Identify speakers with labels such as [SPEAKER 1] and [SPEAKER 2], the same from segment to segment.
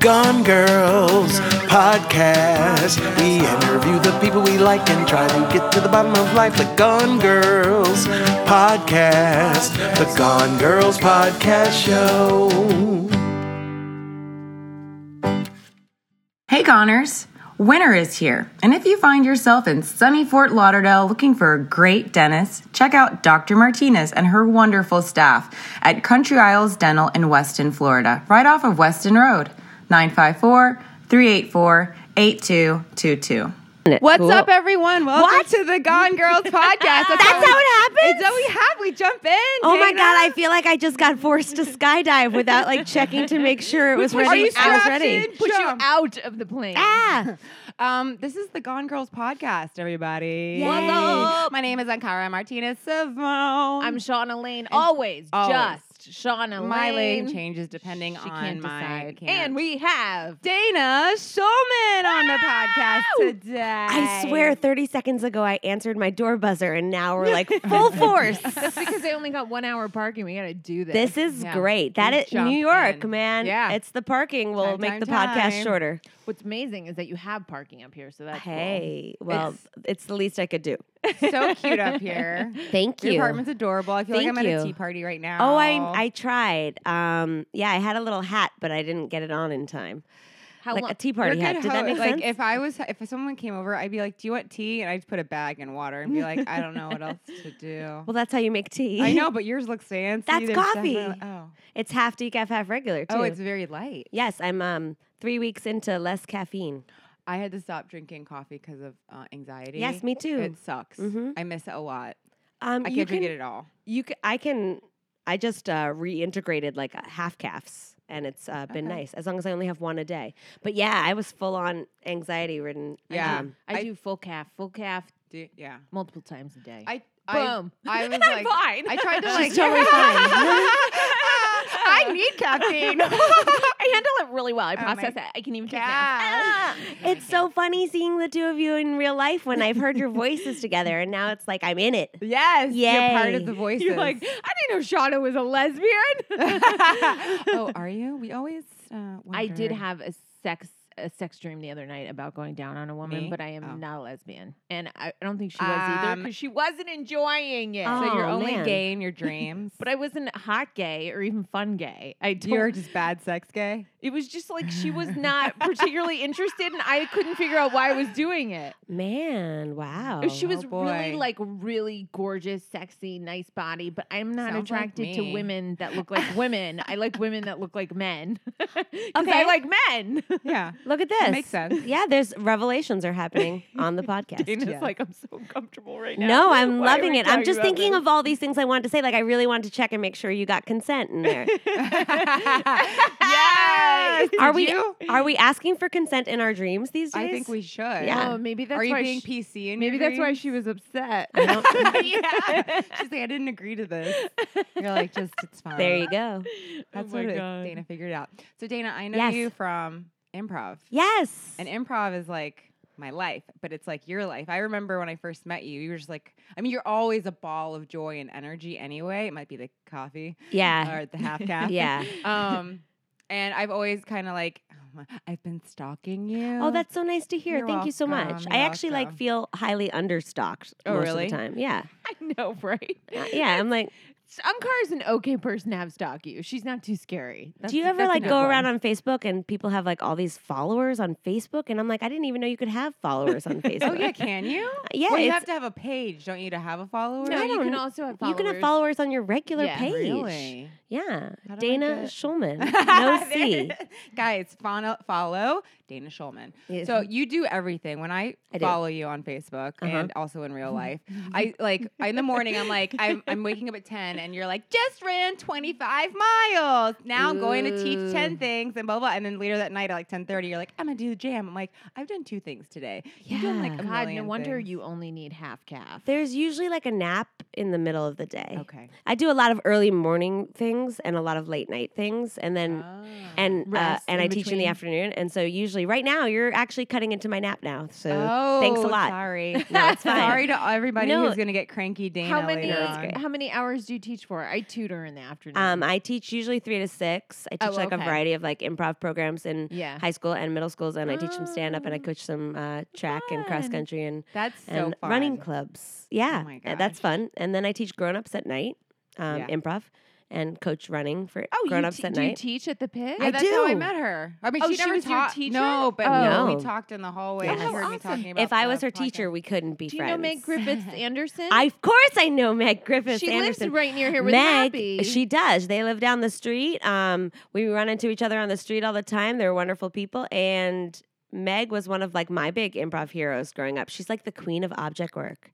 [SPEAKER 1] Gone Girls podcast. We interview the people we like and try to get to the bottom of life. The Gone Girls podcast. The Gone Girls podcast show.
[SPEAKER 2] Hey Goners! Winter is here, and if you find yourself in sunny Fort Lauderdale looking for a great dentist, check out Dr. Martinez and her wonderful staff at Country Isles Dental in Weston, Florida, right off of Weston Road, 954 384 8222.
[SPEAKER 3] What's up, everyone? Welcome
[SPEAKER 4] What?
[SPEAKER 3] to the Gone Girls podcast. That's,
[SPEAKER 4] That's how it happens?
[SPEAKER 3] It's how we have. We jump in.
[SPEAKER 4] Oh my
[SPEAKER 3] hang
[SPEAKER 4] god, I
[SPEAKER 3] out.
[SPEAKER 4] feel like I just got forced to skydive without like checking to make sure it was
[SPEAKER 3] Push
[SPEAKER 4] ready.
[SPEAKER 3] you
[SPEAKER 4] I was
[SPEAKER 3] strapped
[SPEAKER 4] ready.
[SPEAKER 3] in? Jump.
[SPEAKER 5] out of the plane.
[SPEAKER 4] Ah,
[SPEAKER 3] Um, this is the Gone Girls podcast, everybody.
[SPEAKER 4] Yay.
[SPEAKER 3] What's up? My name is Ankara Martinez Savone.
[SPEAKER 5] I'm Shauna Lane. Always,
[SPEAKER 3] Always.
[SPEAKER 5] just Shauna
[SPEAKER 2] My
[SPEAKER 5] Mm. oh, Lane.
[SPEAKER 2] lane changes depending
[SPEAKER 5] She
[SPEAKER 2] on
[SPEAKER 5] can't
[SPEAKER 2] my
[SPEAKER 5] decide.
[SPEAKER 2] account.
[SPEAKER 5] And we have
[SPEAKER 3] Dana Shulman on the podcast today.
[SPEAKER 4] I swear 30 seconds ago I answered my door buzzer and now we're like full force.
[SPEAKER 5] that's because they only got one hour parking. We got to do this.
[SPEAKER 4] This is
[SPEAKER 2] Yeah.
[SPEAKER 4] great. That
[SPEAKER 2] We
[SPEAKER 4] is New
[SPEAKER 2] jumped
[SPEAKER 4] York,
[SPEAKER 2] in.
[SPEAKER 4] man.
[SPEAKER 3] Yeah.
[SPEAKER 4] It's the parking will
[SPEAKER 3] Time,
[SPEAKER 4] make
[SPEAKER 3] time,
[SPEAKER 4] the podcast
[SPEAKER 3] time.
[SPEAKER 4] shorter.
[SPEAKER 5] What's amazing is that you have parking up here, so that's cool.
[SPEAKER 4] Hey, well, it's,
[SPEAKER 5] It's-
[SPEAKER 4] the least I could do.
[SPEAKER 3] so cute up here.
[SPEAKER 4] Thank
[SPEAKER 3] Your apartment's adorable. I feel
[SPEAKER 4] Thank
[SPEAKER 3] like I'm at
[SPEAKER 4] you.
[SPEAKER 3] a tea party right now.
[SPEAKER 4] Oh, I I tried. Um, yeah, I had a little hat, but I didn't get it on in time.
[SPEAKER 5] How
[SPEAKER 4] like
[SPEAKER 5] long?
[SPEAKER 4] a tea
[SPEAKER 3] You're
[SPEAKER 4] party
[SPEAKER 3] good
[SPEAKER 4] hat. Did that
[SPEAKER 3] ho-
[SPEAKER 4] make
[SPEAKER 3] like
[SPEAKER 4] sense?
[SPEAKER 3] if I was if someone came over, I'd be like, "Do you want tea?" And I'd just put a bag in water and be like, "I don't know what else to do."
[SPEAKER 4] well, that's how you make tea.
[SPEAKER 3] I know, but yours looks fancy.
[SPEAKER 4] That's
[SPEAKER 3] There's definitely-
[SPEAKER 4] coffee.
[SPEAKER 3] Oh,
[SPEAKER 4] It's half decaf, half regular too.
[SPEAKER 3] oh, it's very light.
[SPEAKER 4] Yes, I'm um three weeks into less caffeine.
[SPEAKER 3] I had to stop drinking coffee because of uh, anxiety.
[SPEAKER 4] Yes, me too.
[SPEAKER 3] It sucks.
[SPEAKER 5] Mm-hmm.
[SPEAKER 4] Mhm.
[SPEAKER 3] I miss it a lot.
[SPEAKER 4] um,
[SPEAKER 3] I can't
[SPEAKER 4] you can,
[SPEAKER 3] drink it at all.
[SPEAKER 4] You ca I can. I just uh, reintegrated like a half calves, and it's uh, been
[SPEAKER 3] Okay.
[SPEAKER 4] nice as long as I only have one a day. But yeah, I was full on anxiety ridden.
[SPEAKER 3] Yeah.
[SPEAKER 4] um,
[SPEAKER 5] I,
[SPEAKER 3] I-
[SPEAKER 5] do full calf, full calf
[SPEAKER 3] Do, yeah.
[SPEAKER 5] multiple times a day.
[SPEAKER 3] I
[SPEAKER 5] Boom.
[SPEAKER 3] I, I was like,
[SPEAKER 5] fine.
[SPEAKER 3] I tried to
[SPEAKER 4] She's
[SPEAKER 3] like.
[SPEAKER 4] totally fine.
[SPEAKER 3] I need caffeine.
[SPEAKER 5] I handle it really well. I
[SPEAKER 3] Oh my
[SPEAKER 5] process it. I can even take naps. Ah!
[SPEAKER 3] yeah.
[SPEAKER 4] it's so funny seeing the two of you in real life when I've heard your voices together, and now it's like I'm in it.
[SPEAKER 3] Yes. You're part
[SPEAKER 4] Yay.
[SPEAKER 3] of the voices.
[SPEAKER 5] You're like, I didn't know Shauna was a lesbian.
[SPEAKER 3] oh, are you? We always. Uh,
[SPEAKER 5] I did
[SPEAKER 3] wondered.
[SPEAKER 5] have a sex a sex dream the other night about going down on a woman,
[SPEAKER 3] Me?
[SPEAKER 5] but I am
[SPEAKER 3] Oh.
[SPEAKER 5] not a lesbian, and I, I don't think she was either
[SPEAKER 3] Um,
[SPEAKER 5] because she wasn't enjoying it.
[SPEAKER 4] Oh.
[SPEAKER 3] So you're only
[SPEAKER 4] man.
[SPEAKER 3] gay in your dreams.
[SPEAKER 5] but I wasn't hot gay or even fun gay. I don't,
[SPEAKER 3] you're just bad sex gay.
[SPEAKER 5] it was just like she was not particularly interested, and I couldn't figure out why I was doing it.
[SPEAKER 4] Man, wow.
[SPEAKER 5] she
[SPEAKER 3] oh
[SPEAKER 5] was really
[SPEAKER 3] boy.
[SPEAKER 5] like really gorgeous, sexy, nice body, but I'm not
[SPEAKER 3] Sounds like
[SPEAKER 5] attracted to
[SPEAKER 3] me.
[SPEAKER 5] women that look like women. I like women that look like men. 'Cause I
[SPEAKER 4] Okay.
[SPEAKER 5] like men.
[SPEAKER 3] Yeah.
[SPEAKER 4] Look at this.
[SPEAKER 3] makes sense.
[SPEAKER 4] Yeah, there's revelations are happening on the podcast.
[SPEAKER 5] Dana's
[SPEAKER 3] Yeah.
[SPEAKER 5] like, I'm so uncomfortable right now.
[SPEAKER 4] No, I'm
[SPEAKER 5] Why are
[SPEAKER 4] loving
[SPEAKER 5] we
[SPEAKER 4] it. I'm
[SPEAKER 5] talking
[SPEAKER 4] just
[SPEAKER 5] about
[SPEAKER 4] thinking
[SPEAKER 5] this?
[SPEAKER 4] of all these things I wanted to say. Like, I really wanted to check and make sure you got consent in there.
[SPEAKER 3] yes.
[SPEAKER 4] Are
[SPEAKER 3] Did
[SPEAKER 4] we-
[SPEAKER 3] you?
[SPEAKER 4] Are we asking for consent in our dreams these days?
[SPEAKER 3] I think we should.
[SPEAKER 4] Yeah.
[SPEAKER 5] Oh, maybe that's
[SPEAKER 3] Are you
[SPEAKER 5] why
[SPEAKER 3] being
[SPEAKER 5] she-
[SPEAKER 3] PC? In
[SPEAKER 5] maybe
[SPEAKER 3] your
[SPEAKER 5] that's why
[SPEAKER 3] dreams?
[SPEAKER 5] she was upset.
[SPEAKER 3] yeah. She's like, I didn't agree to this. You're like, just it's fine.
[SPEAKER 4] There you go.
[SPEAKER 3] That's
[SPEAKER 5] oh my
[SPEAKER 3] what it-
[SPEAKER 5] God.
[SPEAKER 3] Dana figured out. So Dana, I know
[SPEAKER 4] Yes.
[SPEAKER 3] you from improv,
[SPEAKER 4] Yes.
[SPEAKER 3] and improv is like my life, but it's like your life. I remember when I first met you, you were just like, I mean, you're always a ball of joy and energy. Anyway, it might be the coffee
[SPEAKER 4] yeah.
[SPEAKER 3] or the half calf.
[SPEAKER 4] Yeah.
[SPEAKER 3] Um, and I've always kind of like, oh my- I've been stalking you.
[SPEAKER 4] Oh, that's so nice to hear.
[SPEAKER 3] You're
[SPEAKER 4] Thank you so much.
[SPEAKER 3] welcome.
[SPEAKER 4] I
[SPEAKER 3] You're
[SPEAKER 4] actually like
[SPEAKER 3] welcome.
[SPEAKER 4] feel highly understocked
[SPEAKER 3] Oh,
[SPEAKER 4] most
[SPEAKER 3] really?
[SPEAKER 4] of the time. Yeah.
[SPEAKER 5] I know, right?
[SPEAKER 4] Uh, Yeah. I'm like,
[SPEAKER 6] um,
[SPEAKER 5] Unkar is an okay person to have stalk you. She's not too scary. That's-
[SPEAKER 4] do you ever
[SPEAKER 5] that's a
[SPEAKER 4] like
[SPEAKER 5] good
[SPEAKER 4] go
[SPEAKER 5] one.
[SPEAKER 4] around on Facebook and people have like all these followers on Facebook? And I'm like, I didn't even know you could have followers on Facebook.
[SPEAKER 3] Oh yeah, can you?
[SPEAKER 4] Yeah.
[SPEAKER 3] well, you
[SPEAKER 4] it's-
[SPEAKER 3] have to have a page, don't you, to have a follower?
[SPEAKER 5] No,
[SPEAKER 4] I
[SPEAKER 5] you can
[SPEAKER 4] don't-
[SPEAKER 5] also have
[SPEAKER 4] you
[SPEAKER 5] followers.
[SPEAKER 4] can have followers on your regular
[SPEAKER 5] Yeah.
[SPEAKER 4] page.
[SPEAKER 3] Really?
[SPEAKER 4] Yeah.
[SPEAKER 3] How do I
[SPEAKER 4] Dana
[SPEAKER 3] get-
[SPEAKER 4] Schulman. No
[SPEAKER 3] There
[SPEAKER 4] C.
[SPEAKER 3] it is. Guys, follow, follow Dana Schulman.
[SPEAKER 4] Yes.
[SPEAKER 3] So you do everything. When I,
[SPEAKER 4] I do.
[SPEAKER 3] follow you on Facebook
[SPEAKER 4] Uh-huh.
[SPEAKER 3] and also in real life, I like in the morning I'm like I'm, I'm waking up at 10 and you're like just ran 25 miles. Now I'm going to teach 10
[SPEAKER 5] Ooh.
[SPEAKER 3] things and blah blah. And then later that night at like 10:30 you're like I'm going to do the jam. I'm like I've done two things today. You've done like
[SPEAKER 4] Yeah.
[SPEAKER 3] a
[SPEAKER 5] God, no
[SPEAKER 3] million
[SPEAKER 5] wonder
[SPEAKER 3] things.
[SPEAKER 5] you only need half calf.
[SPEAKER 4] There's usually like a nap in the middle of the day.
[SPEAKER 3] Okay. Ah,
[SPEAKER 4] I do a lot of early morning things and a lot of late night things. And then
[SPEAKER 3] Oh.
[SPEAKER 4] and uh,
[SPEAKER 6] Rest
[SPEAKER 4] and
[SPEAKER 6] in
[SPEAKER 4] I teach in the
[SPEAKER 6] between.
[SPEAKER 4] afternoon. And so usually right now you're actually cutting into my nap now. So
[SPEAKER 3] Oh,
[SPEAKER 4] thanks a lot.
[SPEAKER 3] Sorry,
[SPEAKER 4] No, it's fine.
[SPEAKER 3] Sorry to everybody
[SPEAKER 4] No.
[SPEAKER 3] who's gonna get cranky. Dana,
[SPEAKER 6] How many?
[SPEAKER 3] Later
[SPEAKER 4] That's
[SPEAKER 3] on.
[SPEAKER 4] great.
[SPEAKER 6] How many hours do you teach for? I tutor in the afternoon.
[SPEAKER 4] Um, I teach usually three to six. I teach
[SPEAKER 6] Oh,
[SPEAKER 4] like a
[SPEAKER 6] okay.
[SPEAKER 4] variety of like improv programs in
[SPEAKER 6] yeah,
[SPEAKER 4] high school and middle schools, and I teach some stand up and I
[SPEAKER 6] Oh,
[SPEAKER 4] coach some uh, track and cross
[SPEAKER 6] fun.
[SPEAKER 4] country and
[SPEAKER 3] That's so
[SPEAKER 4] and
[SPEAKER 3] fun.
[SPEAKER 4] running clubs. Yeah,
[SPEAKER 3] my
[SPEAKER 4] uh, that's
[SPEAKER 3] gosh.
[SPEAKER 4] fun. And then I teach grown ups at night, um,
[SPEAKER 3] Yeah.
[SPEAKER 4] improv, and coach running for
[SPEAKER 6] Oh,
[SPEAKER 4] grown
[SPEAKER 6] you
[SPEAKER 4] ups
[SPEAKER 6] te-
[SPEAKER 4] at
[SPEAKER 6] do you
[SPEAKER 4] night.
[SPEAKER 6] teach at the pit?
[SPEAKER 3] Yeah,
[SPEAKER 4] I
[SPEAKER 3] that's how I
[SPEAKER 4] do.
[SPEAKER 3] met her. I mean,
[SPEAKER 6] Oh,
[SPEAKER 3] she
[SPEAKER 6] she
[SPEAKER 3] never
[SPEAKER 6] was your
[SPEAKER 3] taught-
[SPEAKER 6] teacher?
[SPEAKER 3] No, but
[SPEAKER 6] Oh.
[SPEAKER 3] we- we
[SPEAKER 4] No.
[SPEAKER 3] talked in the hallway.
[SPEAKER 4] Yes.
[SPEAKER 3] She heard me
[SPEAKER 6] Awesome.
[SPEAKER 3] talking about
[SPEAKER 4] if I
[SPEAKER 3] the
[SPEAKER 4] was her
[SPEAKER 3] podcast.
[SPEAKER 4] teacher, we couldn't be
[SPEAKER 6] Do you
[SPEAKER 4] friends.
[SPEAKER 6] know Meg Griffiths Anderson?
[SPEAKER 4] I, of course, I know Meg Griffiths.
[SPEAKER 6] she
[SPEAKER 4] Anderson.
[SPEAKER 6] lives right near here with
[SPEAKER 4] Meg,
[SPEAKER 6] Happy.
[SPEAKER 4] she does. They live down the street. Um, we run into each other on the street all the time. They're wonderful people, and Meg was one of like my big improv heroes growing up. She's like the queen of object work.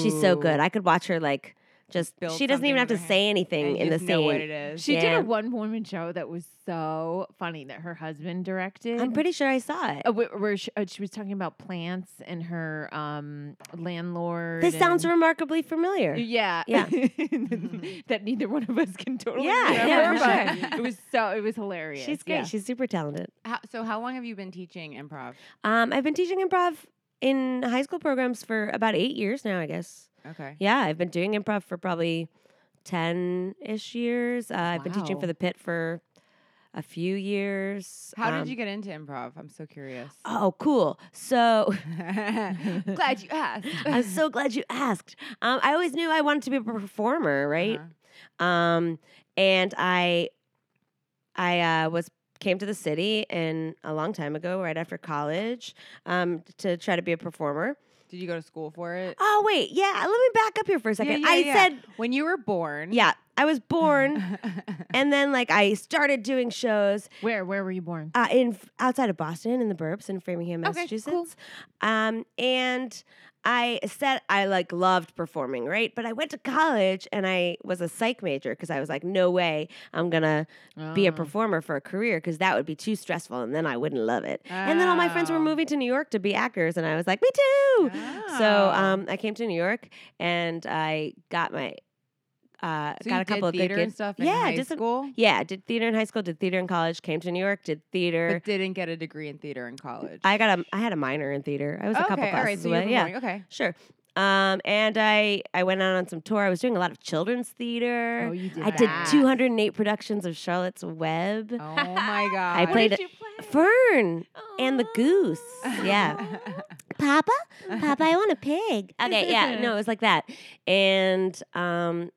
[SPEAKER 4] She's so good. I could watch her like just.
[SPEAKER 3] build
[SPEAKER 4] she doesn't
[SPEAKER 3] something
[SPEAKER 4] even have to
[SPEAKER 3] with her
[SPEAKER 4] say anything
[SPEAKER 3] And you
[SPEAKER 4] in the
[SPEAKER 3] just know what
[SPEAKER 4] scene.
[SPEAKER 3] it is.
[SPEAKER 6] She
[SPEAKER 4] Yeah.
[SPEAKER 6] did a one woman show that was so funny that her husband directed.
[SPEAKER 4] I'm pretty sure I saw it.
[SPEAKER 6] Uh, wh- where she, uh, she was talking about plants and her um, landlord.
[SPEAKER 4] this sounds
[SPEAKER 6] and-
[SPEAKER 4] remarkably familiar.
[SPEAKER 6] Yeah,
[SPEAKER 4] Yeah.
[SPEAKER 6] that neither one of us can totally.
[SPEAKER 4] Yeah,
[SPEAKER 3] yeah,
[SPEAKER 6] remember,
[SPEAKER 3] for
[SPEAKER 6] but it was so it was hilarious.
[SPEAKER 4] She's great.
[SPEAKER 6] yeah.
[SPEAKER 4] She's super talented.
[SPEAKER 3] How, so, how long have you been teaching improv?
[SPEAKER 4] Um, I've been teaching improv in high school programs for about eight years now, I guess.
[SPEAKER 3] Okay.
[SPEAKER 4] Yeah, I've been doing improv for probably 10 ish years. Uh, I've been teaching
[SPEAKER 6] Wow.
[SPEAKER 4] for the pit for a few years.
[SPEAKER 3] How
[SPEAKER 4] Um,
[SPEAKER 3] did you get into improv? I'm so curious.
[SPEAKER 4] Oh, cool. So
[SPEAKER 3] Glad you asked.
[SPEAKER 4] I'm so glad you asked. Um, I always knew I wanted to be a performer, right?
[SPEAKER 3] Uh-huh.
[SPEAKER 4] Um, and I, I uh, was came to the city in a long time ago, right after college, um, to try to be a performer.
[SPEAKER 3] Did you go to school for it?
[SPEAKER 4] Oh wait, yeah. Let me back up here for a second.
[SPEAKER 3] yeah,
[SPEAKER 4] I
[SPEAKER 3] yeah.
[SPEAKER 4] said,
[SPEAKER 3] When you were born.
[SPEAKER 4] yeah, I was born, and then like I started doing shows,
[SPEAKER 6] Where where were you born?
[SPEAKER 4] uh, in outside of Boston in the burbs in Framingham,
[SPEAKER 6] Okay,
[SPEAKER 4] Massachusetts.
[SPEAKER 6] cool.
[SPEAKER 4] Um, and I said I like loved performing, right? But I went to college and I was a psych major because I was like, no way I'm gonna be a
[SPEAKER 3] Mm.
[SPEAKER 6] Oh.
[SPEAKER 4] performer for a career because that would be too stressful and then I wouldn't love it. And then all my friends were
[SPEAKER 3] Oh.
[SPEAKER 4] moving to New York to be actors, and I was like, me too. So
[SPEAKER 3] Oh.
[SPEAKER 4] um, I came to New York and I got my uh,
[SPEAKER 3] So
[SPEAKER 4] got
[SPEAKER 3] you
[SPEAKER 4] a couple
[SPEAKER 3] did
[SPEAKER 4] of
[SPEAKER 3] theater
[SPEAKER 4] good gigs.
[SPEAKER 3] and stuff in
[SPEAKER 4] yeah,
[SPEAKER 3] high
[SPEAKER 4] did some-
[SPEAKER 3] school,
[SPEAKER 4] yeah, did theater in high school, did theater in college, came to New York, did theater.
[SPEAKER 3] but didn't get a degree in theater in college.
[SPEAKER 4] I got a I had a minor in theater. I was a couple
[SPEAKER 3] Okay,
[SPEAKER 4] classes
[SPEAKER 3] all right, so you
[SPEAKER 4] away.
[SPEAKER 3] were
[SPEAKER 4] yeah,
[SPEAKER 3] born, Okay.
[SPEAKER 4] sure. Um, and I I went out on some tour. I was doing a lot of children's theater.
[SPEAKER 3] Oh,
[SPEAKER 6] Oh, you did
[SPEAKER 4] I did
[SPEAKER 6] that.
[SPEAKER 4] 208 productions of Charlotte's Web,
[SPEAKER 3] Oh my god.
[SPEAKER 4] I
[SPEAKER 6] What
[SPEAKER 4] played
[SPEAKER 6] did you
[SPEAKER 3] Oh,
[SPEAKER 6] play? Oh.
[SPEAKER 4] Fern, and the Goose. Yeah, Papa, Papa, I want a pig. Okay, yeah, no, it was like that. And um,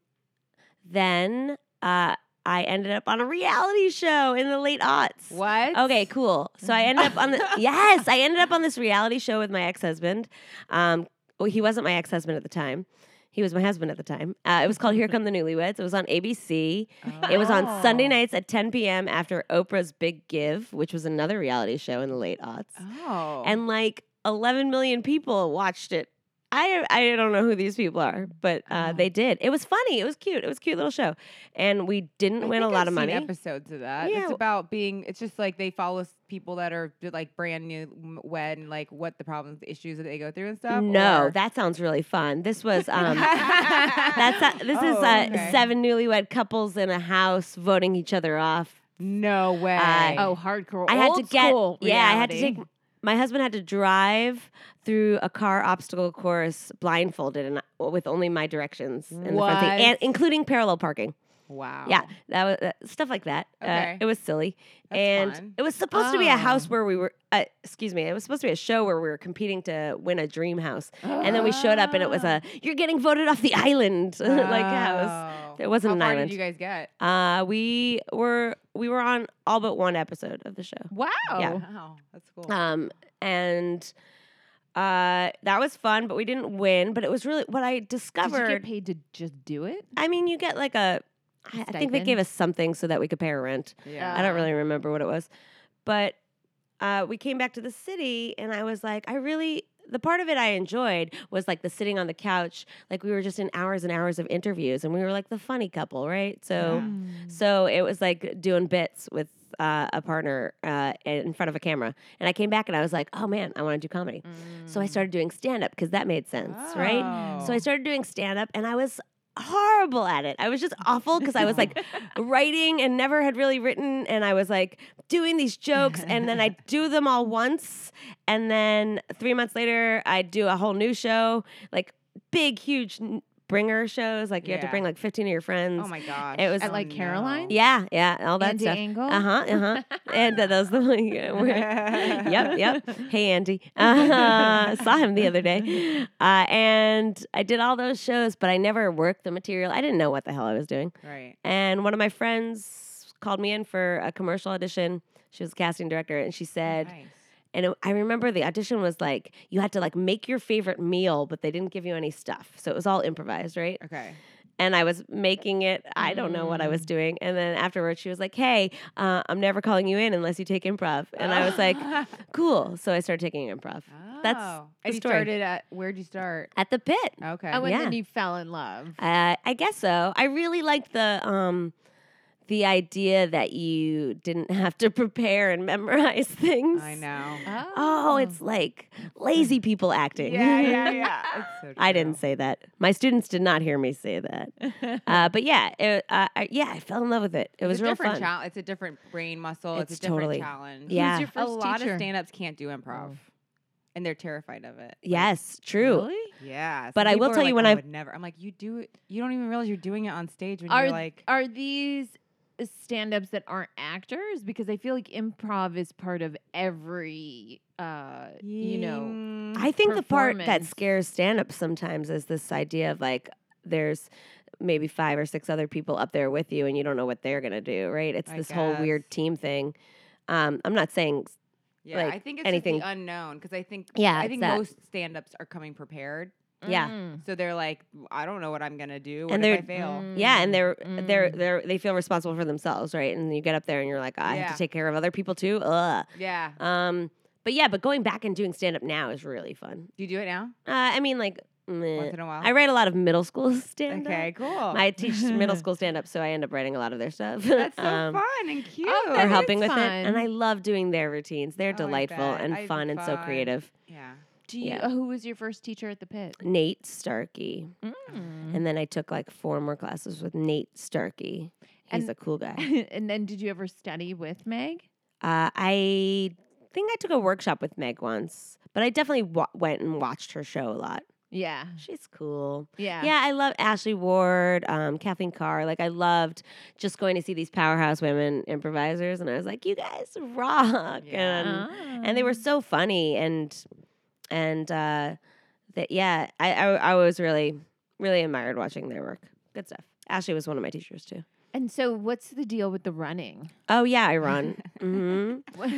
[SPEAKER 4] then uh, I ended up on a reality show in the late aughts.
[SPEAKER 3] What?
[SPEAKER 4] Okay, cool. So I ended up on the yes, I ended up on this reality show with my ex husband. Um, well, he wasn't my ex husband at the time. He was my husband at the time. Uh, it was called Here Come the Newlyweds. It was on ABC. It was on Sunday
[SPEAKER 3] Oh.
[SPEAKER 4] nights at 10 p.m. after Oprah's Big Give, which was another reality show in the late aughts.
[SPEAKER 3] Oh.
[SPEAKER 4] And like 11 million people watched it. I, I don't know who these people are, but uh,
[SPEAKER 3] Oh.
[SPEAKER 4] they did. It was funny. It was cute. It was a cute little show. And we didn't
[SPEAKER 3] I
[SPEAKER 4] win a
[SPEAKER 3] think
[SPEAKER 4] lot
[SPEAKER 3] I've
[SPEAKER 4] of
[SPEAKER 3] seen
[SPEAKER 4] money.
[SPEAKER 3] Episodes of that.
[SPEAKER 4] Yeah.
[SPEAKER 3] It's about being. It's just like they follow s- people that are d- like brand new m- wed and like what the problems, the issues that they go through and stuff.
[SPEAKER 4] No,
[SPEAKER 3] or-
[SPEAKER 4] that sounds really fun. This was um that's uh, this is
[SPEAKER 3] Oh,
[SPEAKER 4] uh,
[SPEAKER 3] okay.
[SPEAKER 4] seven newlywed couples in a house voting each other off.
[SPEAKER 3] No way.
[SPEAKER 6] Oh, hardcore.
[SPEAKER 4] I had to
[SPEAKER 6] Old
[SPEAKER 4] get
[SPEAKER 6] school
[SPEAKER 4] yeah, I had to take
[SPEAKER 6] reality.
[SPEAKER 4] my husband had to drive through a car obstacle course blindfolded and uh, with only my directions in the front
[SPEAKER 3] What?
[SPEAKER 4] seat, and including parallel parking.
[SPEAKER 3] wow.
[SPEAKER 4] Yeah, that was uh, stuff like that. Uh,
[SPEAKER 3] Okay.
[SPEAKER 4] it was silly,
[SPEAKER 3] That's
[SPEAKER 4] and
[SPEAKER 3] fun.
[SPEAKER 4] it was supposed to be a house
[SPEAKER 6] Oh.
[SPEAKER 4] where we were. Uh, excuse me, it was supposed to be a show where we were competing to win a dream house, and then we showed up, and it was a
[SPEAKER 6] Ah.
[SPEAKER 4] "You're getting voted off the island" like house.
[SPEAKER 3] Oh.
[SPEAKER 4] It wasn't
[SPEAKER 3] How
[SPEAKER 4] an
[SPEAKER 3] far
[SPEAKER 4] island.
[SPEAKER 3] Did you guys get?
[SPEAKER 4] Uh, we were we were on all but one episode of the show.
[SPEAKER 6] Wow.
[SPEAKER 3] Wow, that's cool.
[SPEAKER 4] Um, and uh, that was fun, but we didn't win. But it was really what
[SPEAKER 6] Did
[SPEAKER 4] I
[SPEAKER 6] you
[SPEAKER 4] discovered.
[SPEAKER 6] get paid to just do it?
[SPEAKER 4] I mean, you get like a. I I think they
[SPEAKER 6] Stipend?
[SPEAKER 4] gave us something so that we could pay our rent.
[SPEAKER 3] yeah.
[SPEAKER 4] I don't
[SPEAKER 6] Uh,
[SPEAKER 4] really remember what it was, but uh, we came back to the city, and I was like, I really. The part of it I enjoyed was like the sitting on the couch, like we were just in hours and hours of interviews, and we were like the funny couple, right? So,
[SPEAKER 5] Mm-hmm.
[SPEAKER 3] Yeah.
[SPEAKER 6] Hmm.
[SPEAKER 4] so it was like doing bits with uh, a partner uh, in front of a camera, and I came back and I was like, oh man, I want to do comedy. So I started doing stand up because that made sense, right? So
[SPEAKER 3] Mm. Oh.
[SPEAKER 4] I started doing stand up and I was horrible at it. I was just awful because I was like writing and never had really written. And I was like doing these jokes. And then I do them all once. And then three months later, I do a whole new show, like big, huge n- bringer shows. Like you have to
[SPEAKER 3] Yeah.
[SPEAKER 4] bring like 15 of your friends.
[SPEAKER 3] Oh my gosh.
[SPEAKER 4] It was-
[SPEAKER 5] At, like,
[SPEAKER 3] Oh,
[SPEAKER 5] Caroline?
[SPEAKER 4] yeah, yeah, all that
[SPEAKER 5] Andy
[SPEAKER 4] stuff.
[SPEAKER 5] Angle?
[SPEAKER 4] Uh huh, uh huh. and uh, those the one. Yeah,
[SPEAKER 3] Uh-huh.
[SPEAKER 4] we're- yep, yep. Hey, Andy. Uh, saw him the other day. Uh, and I did all those shows, but I never worked the material. I didn't know what the hell I was doing.
[SPEAKER 3] Right.
[SPEAKER 4] And one of my friends called me in for a commercial audition. She was a casting director, and she said,
[SPEAKER 3] Nice.
[SPEAKER 4] and it- I remember the audition was like, you had to like make your favorite meal, but they didn't give you any stuff. So it was all improvised, right?
[SPEAKER 3] Okay.
[SPEAKER 4] and I was making it. I don't know what I was doing. And then afterwards, she was like, "Hey, uh, I'm never calling you in unless you take improv." And I was like, "Cool." So I started taking improv That's
[SPEAKER 3] Oh.
[SPEAKER 4] the
[SPEAKER 3] and you
[SPEAKER 4] story.
[SPEAKER 3] started at where'd you start?
[SPEAKER 4] at the pit.
[SPEAKER 3] Okay.
[SPEAKER 5] Oh, and
[SPEAKER 4] Yeah.
[SPEAKER 5] then you fell in love.
[SPEAKER 4] Uh, I guess so. I really liked the um, the idea that you didn't have to prepare and memorize things.
[SPEAKER 3] I know.
[SPEAKER 4] Oh, it's like lazy people acting.
[SPEAKER 3] Yeah, yeah, yeah. It's so
[SPEAKER 4] I didn't
[SPEAKER 3] true.
[SPEAKER 4] say that. My students did not hear me say that.
[SPEAKER 6] Oh.
[SPEAKER 4] Uh, but yeah, it, uh, I, yeah, I fell in love with it. It was
[SPEAKER 3] it's a
[SPEAKER 4] real
[SPEAKER 3] different
[SPEAKER 4] fun.
[SPEAKER 3] chal- it's a different brain muscle. It's,
[SPEAKER 4] It's
[SPEAKER 3] a different
[SPEAKER 4] totally-
[SPEAKER 3] challenge.
[SPEAKER 4] Yeah.
[SPEAKER 5] Who's your
[SPEAKER 3] A
[SPEAKER 5] first
[SPEAKER 3] lot
[SPEAKER 5] teacher?
[SPEAKER 3] of stand-ups can't do improv, and they're terrified of it.
[SPEAKER 4] Yes, true.
[SPEAKER 3] Yeah. some
[SPEAKER 4] But I will
[SPEAKER 3] people are
[SPEAKER 4] tell
[SPEAKER 3] like,
[SPEAKER 4] you when
[SPEAKER 3] "Oh,
[SPEAKER 4] I-
[SPEAKER 3] would never. I'm like, you do it. You don't even realize you're doing it on stage when
[SPEAKER 5] Are
[SPEAKER 3] you're like.
[SPEAKER 5] are these uh, stand-ups that aren't actors? Because I feel like improv is part of every uh you know
[SPEAKER 3] "Mm,
[SPEAKER 4] I think the part that
[SPEAKER 5] performance.
[SPEAKER 4] scares stand up sometimes is this idea of like there's maybe five or six other people up there with you and you don't know what they're going to do, right? It's
[SPEAKER 3] I
[SPEAKER 4] this whole weird
[SPEAKER 3] guess.
[SPEAKER 4] team thing. Um, I'm not saying,
[SPEAKER 3] yeah, I
[SPEAKER 4] like,
[SPEAKER 3] think it's
[SPEAKER 4] anything-
[SPEAKER 3] just the unknown because I think
[SPEAKER 4] Yeah,
[SPEAKER 3] I
[SPEAKER 4] it's
[SPEAKER 3] think
[SPEAKER 4] that.
[SPEAKER 3] most stand-ups are coming prepared,
[SPEAKER 4] Yeah.
[SPEAKER 5] mm,
[SPEAKER 3] so they're like, I don't know what I'm gonna do. What
[SPEAKER 4] And
[SPEAKER 3] if I
[SPEAKER 4] they're- mm.
[SPEAKER 3] fail?
[SPEAKER 4] yeah, and they're they're
[SPEAKER 3] Mm-hmm.
[SPEAKER 5] mm.
[SPEAKER 4] they're they feel responsible for themselves, right? And you get up there and you're like, "Oh, I have
[SPEAKER 3] Yeah.
[SPEAKER 4] to take care of other people too. Ugh.
[SPEAKER 3] Yeah.
[SPEAKER 4] Um, but yeah, but going back and doing stand up now is really fun.
[SPEAKER 3] Do you do it now?
[SPEAKER 4] Uh, I mean, like, meh.
[SPEAKER 3] Once in a while.
[SPEAKER 4] Eh, I write a lot of middle school stand up.
[SPEAKER 3] okay. Cool.
[SPEAKER 4] I teach middle school stand up, so I end up writing a lot of their stuff.
[SPEAKER 3] That's so
[SPEAKER 4] Um,
[SPEAKER 3] fun and cute.
[SPEAKER 4] Or
[SPEAKER 5] that's
[SPEAKER 4] helping with it. And
[SPEAKER 5] fun.
[SPEAKER 4] I love doing their routines. They're
[SPEAKER 3] Oh, I
[SPEAKER 4] delightful
[SPEAKER 3] bet.
[SPEAKER 4] and
[SPEAKER 3] I-
[SPEAKER 4] fun and so
[SPEAKER 3] fun.
[SPEAKER 4] creative.
[SPEAKER 3] yeah.
[SPEAKER 5] Do you
[SPEAKER 4] yeah.
[SPEAKER 5] who was your first teacher at the pit?
[SPEAKER 4] Nate Starkey.
[SPEAKER 5] Mm.
[SPEAKER 4] And then I took like four more classes with Nate Starkey. He's
[SPEAKER 5] And-
[SPEAKER 4] a cool guy.
[SPEAKER 5] and then did you ever study with Meg?
[SPEAKER 4] Uh, I think I took a workshop with Meg once, but I definitely wa- went and watched her show a lot.
[SPEAKER 5] Yeah.
[SPEAKER 4] She's cool.
[SPEAKER 5] Yeah.
[SPEAKER 4] Yeah, I love Ashley Ward, um, Kathleen Carr. Like, I loved just going to see these powerhouse women improvisers, and I was like, "You guys rock!"
[SPEAKER 3] Yeah.
[SPEAKER 4] And
[SPEAKER 5] Um,
[SPEAKER 4] Um, and they
[SPEAKER 5] Ah. Mm.
[SPEAKER 4] were so funny and and uh that yeah I, I i was really really admired watching their work good stuff ashley was one of my teachers too
[SPEAKER 5] And so what's the deal with the running?
[SPEAKER 4] oh yeah i run hmm
[SPEAKER 5] what?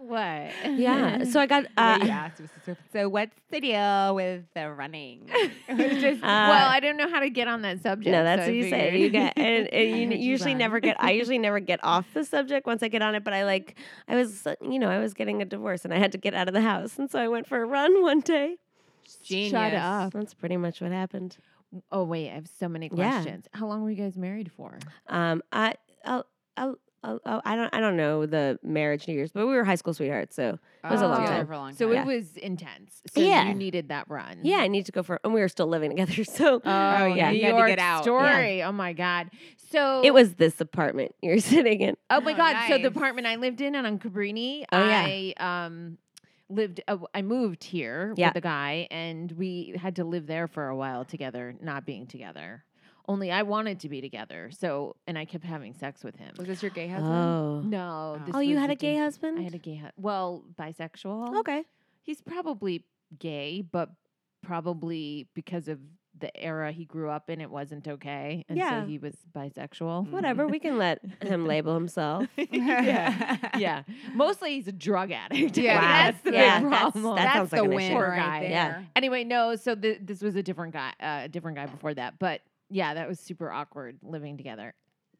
[SPEAKER 5] what?
[SPEAKER 4] yeah so i got uh,
[SPEAKER 3] Wait, you asked, was so- so what's the deal with the running? It's just-
[SPEAKER 4] Uh,
[SPEAKER 5] well, I don't know how to get on that subject.
[SPEAKER 4] no, that's
[SPEAKER 5] so I
[SPEAKER 4] what you say.
[SPEAKER 5] figured-
[SPEAKER 4] You get, and, and you
[SPEAKER 5] I
[SPEAKER 4] n-
[SPEAKER 5] heard you
[SPEAKER 4] usually
[SPEAKER 5] run.
[SPEAKER 4] never get. I usually never get off the subject once I get on it. But I like, I was, uh, you know, I was getting a divorce and I had to get out of the house, and so I went for a run one day.
[SPEAKER 3] genius.
[SPEAKER 5] Shut up.
[SPEAKER 4] That's pretty much what happened.
[SPEAKER 5] Oh wait, I have so many
[SPEAKER 4] Yeah.
[SPEAKER 5] questions. How long were you guys married for?
[SPEAKER 4] Um, I, I'll, I'll, I'll, I'll- I don't, I don't know the marriage years, but we were high school sweethearts, so it was a long
[SPEAKER 5] Oh.
[SPEAKER 4] time.
[SPEAKER 3] For a long
[SPEAKER 5] So
[SPEAKER 3] time.
[SPEAKER 5] it was intense. So
[SPEAKER 4] Yeah.
[SPEAKER 5] you needed that run.
[SPEAKER 4] Yeah, I need to go for, and we were still living together, so
[SPEAKER 5] Oh,
[SPEAKER 3] yeah,
[SPEAKER 5] New
[SPEAKER 3] you had to
[SPEAKER 5] York
[SPEAKER 3] get out. Yeah.
[SPEAKER 5] story. Oh my God. So
[SPEAKER 4] it was this apartment you're sitting in.
[SPEAKER 5] Oh my
[SPEAKER 3] Oh,
[SPEAKER 5] God! So the
[SPEAKER 3] nice.
[SPEAKER 5] apartment I lived in on Cabrini,
[SPEAKER 4] Oh, yeah.
[SPEAKER 5] I um lived. Uh, I moved here
[SPEAKER 4] Yeah.
[SPEAKER 5] with a guy, and we had to live there for a while together, not being together. Only I wanted to be together, so and I kept having sex with him.
[SPEAKER 3] Was this your gay husband?
[SPEAKER 4] Oh,
[SPEAKER 5] No,
[SPEAKER 3] Oh.
[SPEAKER 5] this
[SPEAKER 4] oh, you
[SPEAKER 5] was
[SPEAKER 4] had
[SPEAKER 5] the
[SPEAKER 4] a gay
[SPEAKER 5] dude-
[SPEAKER 4] husband.
[SPEAKER 5] I had a gay. hu- Well, bisexual.
[SPEAKER 4] okay.
[SPEAKER 5] he's probably gay, but probably because of the era he grew up in, it wasn't okay, and
[SPEAKER 4] Yeah.
[SPEAKER 5] so he was bisexual.
[SPEAKER 3] Mm.
[SPEAKER 4] Whatever, we can let him label himself.
[SPEAKER 5] yeah. yeah. Mostly he's a drug addict.
[SPEAKER 3] Yeah, Wow.
[SPEAKER 5] That's the
[SPEAKER 4] Yeah,
[SPEAKER 5] big
[SPEAKER 4] that's-
[SPEAKER 5] problem.
[SPEAKER 4] that sounds
[SPEAKER 3] That's
[SPEAKER 4] like
[SPEAKER 3] the
[SPEAKER 4] an
[SPEAKER 3] win
[SPEAKER 4] issue.
[SPEAKER 5] Poor
[SPEAKER 3] right
[SPEAKER 5] guy.
[SPEAKER 3] there.
[SPEAKER 4] Yeah.
[SPEAKER 5] anyway, no, so th- this was a different guy, uh, a different guy before that. But yeah, that was super awkward living together.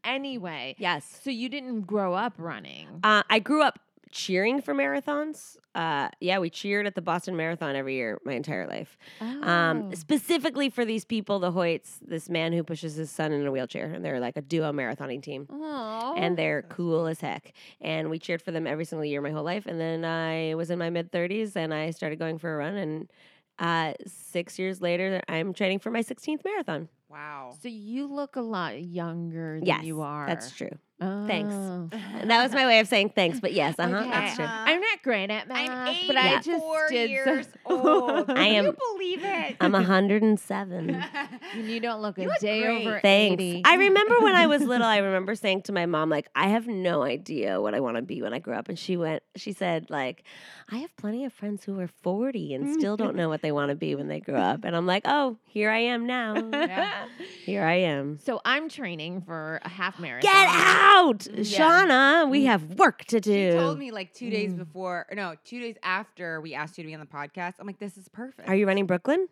[SPEAKER 5] Anyway,
[SPEAKER 4] Yes.
[SPEAKER 5] so you didn't grow up running.
[SPEAKER 4] Uh, I grew up cheering for marathons. Uh, yeah, we cheered at the Boston Marathon every year my entire life.
[SPEAKER 3] Uh,
[SPEAKER 5] Oh.
[SPEAKER 4] Um, specifically for these people, the Hoyts, this man who pushes his son in a wheelchair, and they're like a duo marathoning team.
[SPEAKER 5] Aw.
[SPEAKER 4] And they're cool as heck. And we cheered for them every single year my whole life. And then I was in my mid 30s and I started going for a run. And uh, six years later, I'm training for my 16th marathon.
[SPEAKER 3] Wow.
[SPEAKER 5] So you look a lot younger than
[SPEAKER 4] yes,
[SPEAKER 5] you are. Oh.
[SPEAKER 4] that's true.
[SPEAKER 5] Thanks.
[SPEAKER 4] And that was my way of saying thanks, but yes, uh huh,
[SPEAKER 5] Okay. uh-huh.
[SPEAKER 4] that's true.
[SPEAKER 5] I'm not great at math, but I just
[SPEAKER 3] four
[SPEAKER 5] did
[SPEAKER 3] years
[SPEAKER 5] some-
[SPEAKER 3] old.
[SPEAKER 4] I
[SPEAKER 3] Can
[SPEAKER 4] am-
[SPEAKER 3] you believe it?
[SPEAKER 4] I'm 107.
[SPEAKER 5] And you don't look a
[SPEAKER 3] You look
[SPEAKER 5] day
[SPEAKER 3] great.
[SPEAKER 5] over
[SPEAKER 4] Thanks.
[SPEAKER 5] 80.
[SPEAKER 4] I remember when I was little, I remember saying to my mom, like, I have no idea what I want to be when I grow up. And she went, she said, like, I have plenty of friends who are 40 and still don't know what they want to be when they grow up. And I'm like, oh, here I am now.
[SPEAKER 3] Yeah.
[SPEAKER 4] Here I am.
[SPEAKER 5] So I'm training for a half marathon.
[SPEAKER 4] Get out,
[SPEAKER 5] Yeah. Mm.
[SPEAKER 4] Shauna. We have work to do.
[SPEAKER 3] She told me like two days before, or no, two days after we asked you to be on the podcast. I'm like, this is perfect.
[SPEAKER 4] Are you running Brooklyn?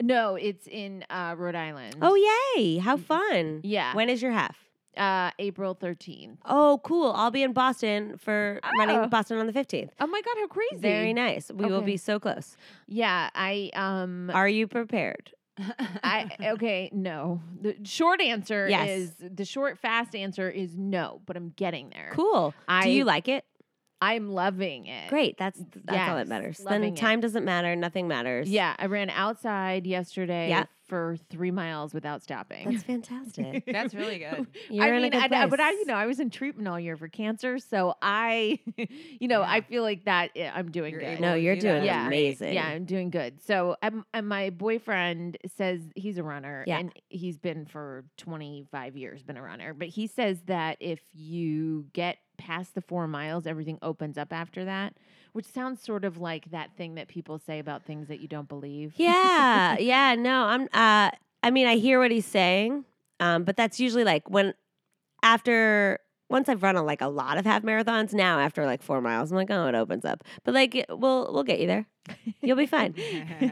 [SPEAKER 5] No, it's in uh, Rhode Island.
[SPEAKER 4] Oh, yay. How fun.
[SPEAKER 5] Mm, yeah.
[SPEAKER 4] When is your half?
[SPEAKER 5] uh, April 13th.
[SPEAKER 4] Oh, cool. I'll be in Boston for
[SPEAKER 5] Oh.
[SPEAKER 4] running Boston on the 15th.
[SPEAKER 5] Oh my God, how crazy.
[SPEAKER 4] Very nice. We will
[SPEAKER 5] Okay.
[SPEAKER 4] be so close.
[SPEAKER 5] Yeah, I um
[SPEAKER 4] Are you prepared?
[SPEAKER 5] I okay, no. The short answer
[SPEAKER 4] Yes.
[SPEAKER 5] is the short fast answer is no, but I'm getting there.
[SPEAKER 4] Cool.
[SPEAKER 5] I-
[SPEAKER 4] Do you like it?
[SPEAKER 5] I'm loving it.
[SPEAKER 4] Great. That's that's all
[SPEAKER 5] yes,
[SPEAKER 4] that matters.
[SPEAKER 5] loving
[SPEAKER 4] Then
[SPEAKER 5] it.
[SPEAKER 4] time doesn't matter. Nothing matters.
[SPEAKER 5] Yeah, I ran outside yesterday
[SPEAKER 4] Yeah.
[SPEAKER 5] for 3 miles without stopping.
[SPEAKER 4] That's fantastic.
[SPEAKER 3] That's really good.
[SPEAKER 4] You're
[SPEAKER 5] I
[SPEAKER 4] in
[SPEAKER 5] mean,
[SPEAKER 4] a good
[SPEAKER 5] I, I- but I,
[SPEAKER 4] place.
[SPEAKER 5] you know, I was in treatment all year for cancer, so I, you know, I feel like that eh, I'm doing
[SPEAKER 3] You're
[SPEAKER 5] good.
[SPEAKER 3] able
[SPEAKER 4] No,
[SPEAKER 3] to
[SPEAKER 4] you're
[SPEAKER 3] do that.
[SPEAKER 4] doing
[SPEAKER 5] Yeah.
[SPEAKER 4] amazing.
[SPEAKER 5] Yeah, I'm doing good. So, I'm, and my boyfriend says he's a runner,
[SPEAKER 4] Yeah.
[SPEAKER 5] and he's been for 25 years been a runner. But he says that if you get past the four miles, everything opens up after that, which sounds sort of like that thing that people say about things that you don't believe.
[SPEAKER 4] yeah yeah no i'm uh i mean i hear what he's saying um but that's usually like when after once i've run a, like a lot of half marathons now after like four miles i'm like oh it opens up but like it- we'll we'll get you there you'll be fine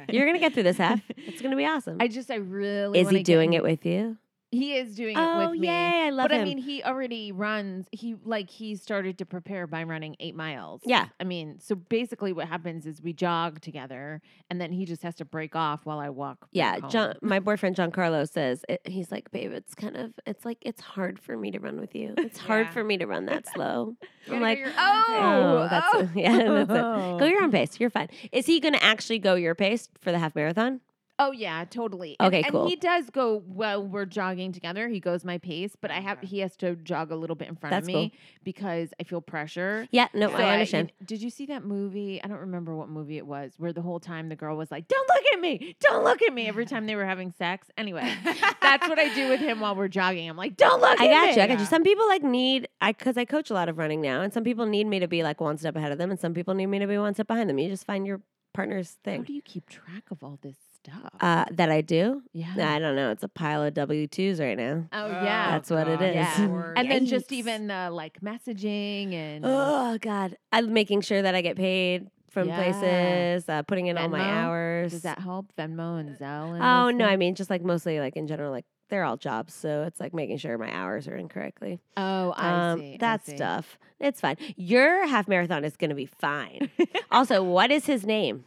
[SPEAKER 4] you're gonna get through this half it's gonna be awesome
[SPEAKER 5] I just, I really
[SPEAKER 4] is
[SPEAKER 5] wanna
[SPEAKER 4] he doing
[SPEAKER 5] get,
[SPEAKER 4] it with you
[SPEAKER 5] He is doing it
[SPEAKER 4] oh
[SPEAKER 5] with
[SPEAKER 4] yay
[SPEAKER 5] me.
[SPEAKER 4] i love
[SPEAKER 5] but
[SPEAKER 4] him
[SPEAKER 5] I mean, he already runs. He like he started to prepare by running eight miles.
[SPEAKER 4] yeah
[SPEAKER 5] I mean, so basically, what happens is we jog together, and then he just has to break off while I walk. back
[SPEAKER 4] yeah,
[SPEAKER 5] home.
[SPEAKER 4] John, my boyfriend Giancarlo says it, he's like, babe, it's kind of, it's like, it's hard for me to run with you. It's hard
[SPEAKER 3] Yeah.
[SPEAKER 4] for me to run that slow.
[SPEAKER 3] You
[SPEAKER 4] I'm
[SPEAKER 3] gotta go
[SPEAKER 4] like,
[SPEAKER 3] your oh." own pace.
[SPEAKER 4] Oh, that's
[SPEAKER 5] oh.
[SPEAKER 4] yeah, that's it. Go your own pace. You're fine. Is he going to actually go your pace for the half marathon?
[SPEAKER 5] Oh yeah, totally. And-
[SPEAKER 4] Okay,
[SPEAKER 5] and
[SPEAKER 4] cool.
[SPEAKER 5] he does go while we're jogging together. He goes my pace, but I have he has to jog a little bit in front
[SPEAKER 4] That's
[SPEAKER 5] of me
[SPEAKER 4] cool.
[SPEAKER 5] because I feel pressure.
[SPEAKER 4] Yeah, no,
[SPEAKER 5] So
[SPEAKER 4] I
[SPEAKER 5] you
[SPEAKER 4] understand.
[SPEAKER 5] kn- did you see that movie? I don't remember what movie it was, where the whole time the girl was like, "Don't look at me! Don't look at me!" Every time they were having sex. Anyway, that's what I do with him while we're jogging. I'm like, "Don't look
[SPEAKER 4] I got
[SPEAKER 5] at me!"
[SPEAKER 4] you. I got
[SPEAKER 3] Yeah.
[SPEAKER 4] you. Some people like need I because I coach a lot of running now, and some people need me to be like one step ahead of them, and some people need me to be one step behind them. You just find your partner's
[SPEAKER 5] How
[SPEAKER 4] thing.
[SPEAKER 5] do you keep track of all this stuff?
[SPEAKER 4] Uh, that I do.
[SPEAKER 5] yeah.
[SPEAKER 3] Uh-huh.
[SPEAKER 4] I don't know. It's a pile of W twos right now.
[SPEAKER 5] oh yeah.
[SPEAKER 4] That's what it
[SPEAKER 3] God,
[SPEAKER 4] is.
[SPEAKER 5] Yeah.
[SPEAKER 3] Lord.
[SPEAKER 5] and then just
[SPEAKER 4] Yikes.
[SPEAKER 5] even uh, like messaging and uh,
[SPEAKER 4] Oh God, I'm making sure that I get paid from
[SPEAKER 5] Yeah.
[SPEAKER 4] places, uh, putting in all my
[SPEAKER 5] Venmo?
[SPEAKER 4] hours.
[SPEAKER 5] does that help Venmo and Zelle? And
[SPEAKER 4] Oh
[SPEAKER 5] those
[SPEAKER 4] no, I
[SPEAKER 5] things?
[SPEAKER 4] mean just like mostly like in general, like they're all jobs, so it's like making sure my hours are in correctly.
[SPEAKER 5] oh I see I
[SPEAKER 4] um, that
[SPEAKER 5] see.
[SPEAKER 4] stuff. It's fine. Your half marathon is going to be fine. also, what is his name?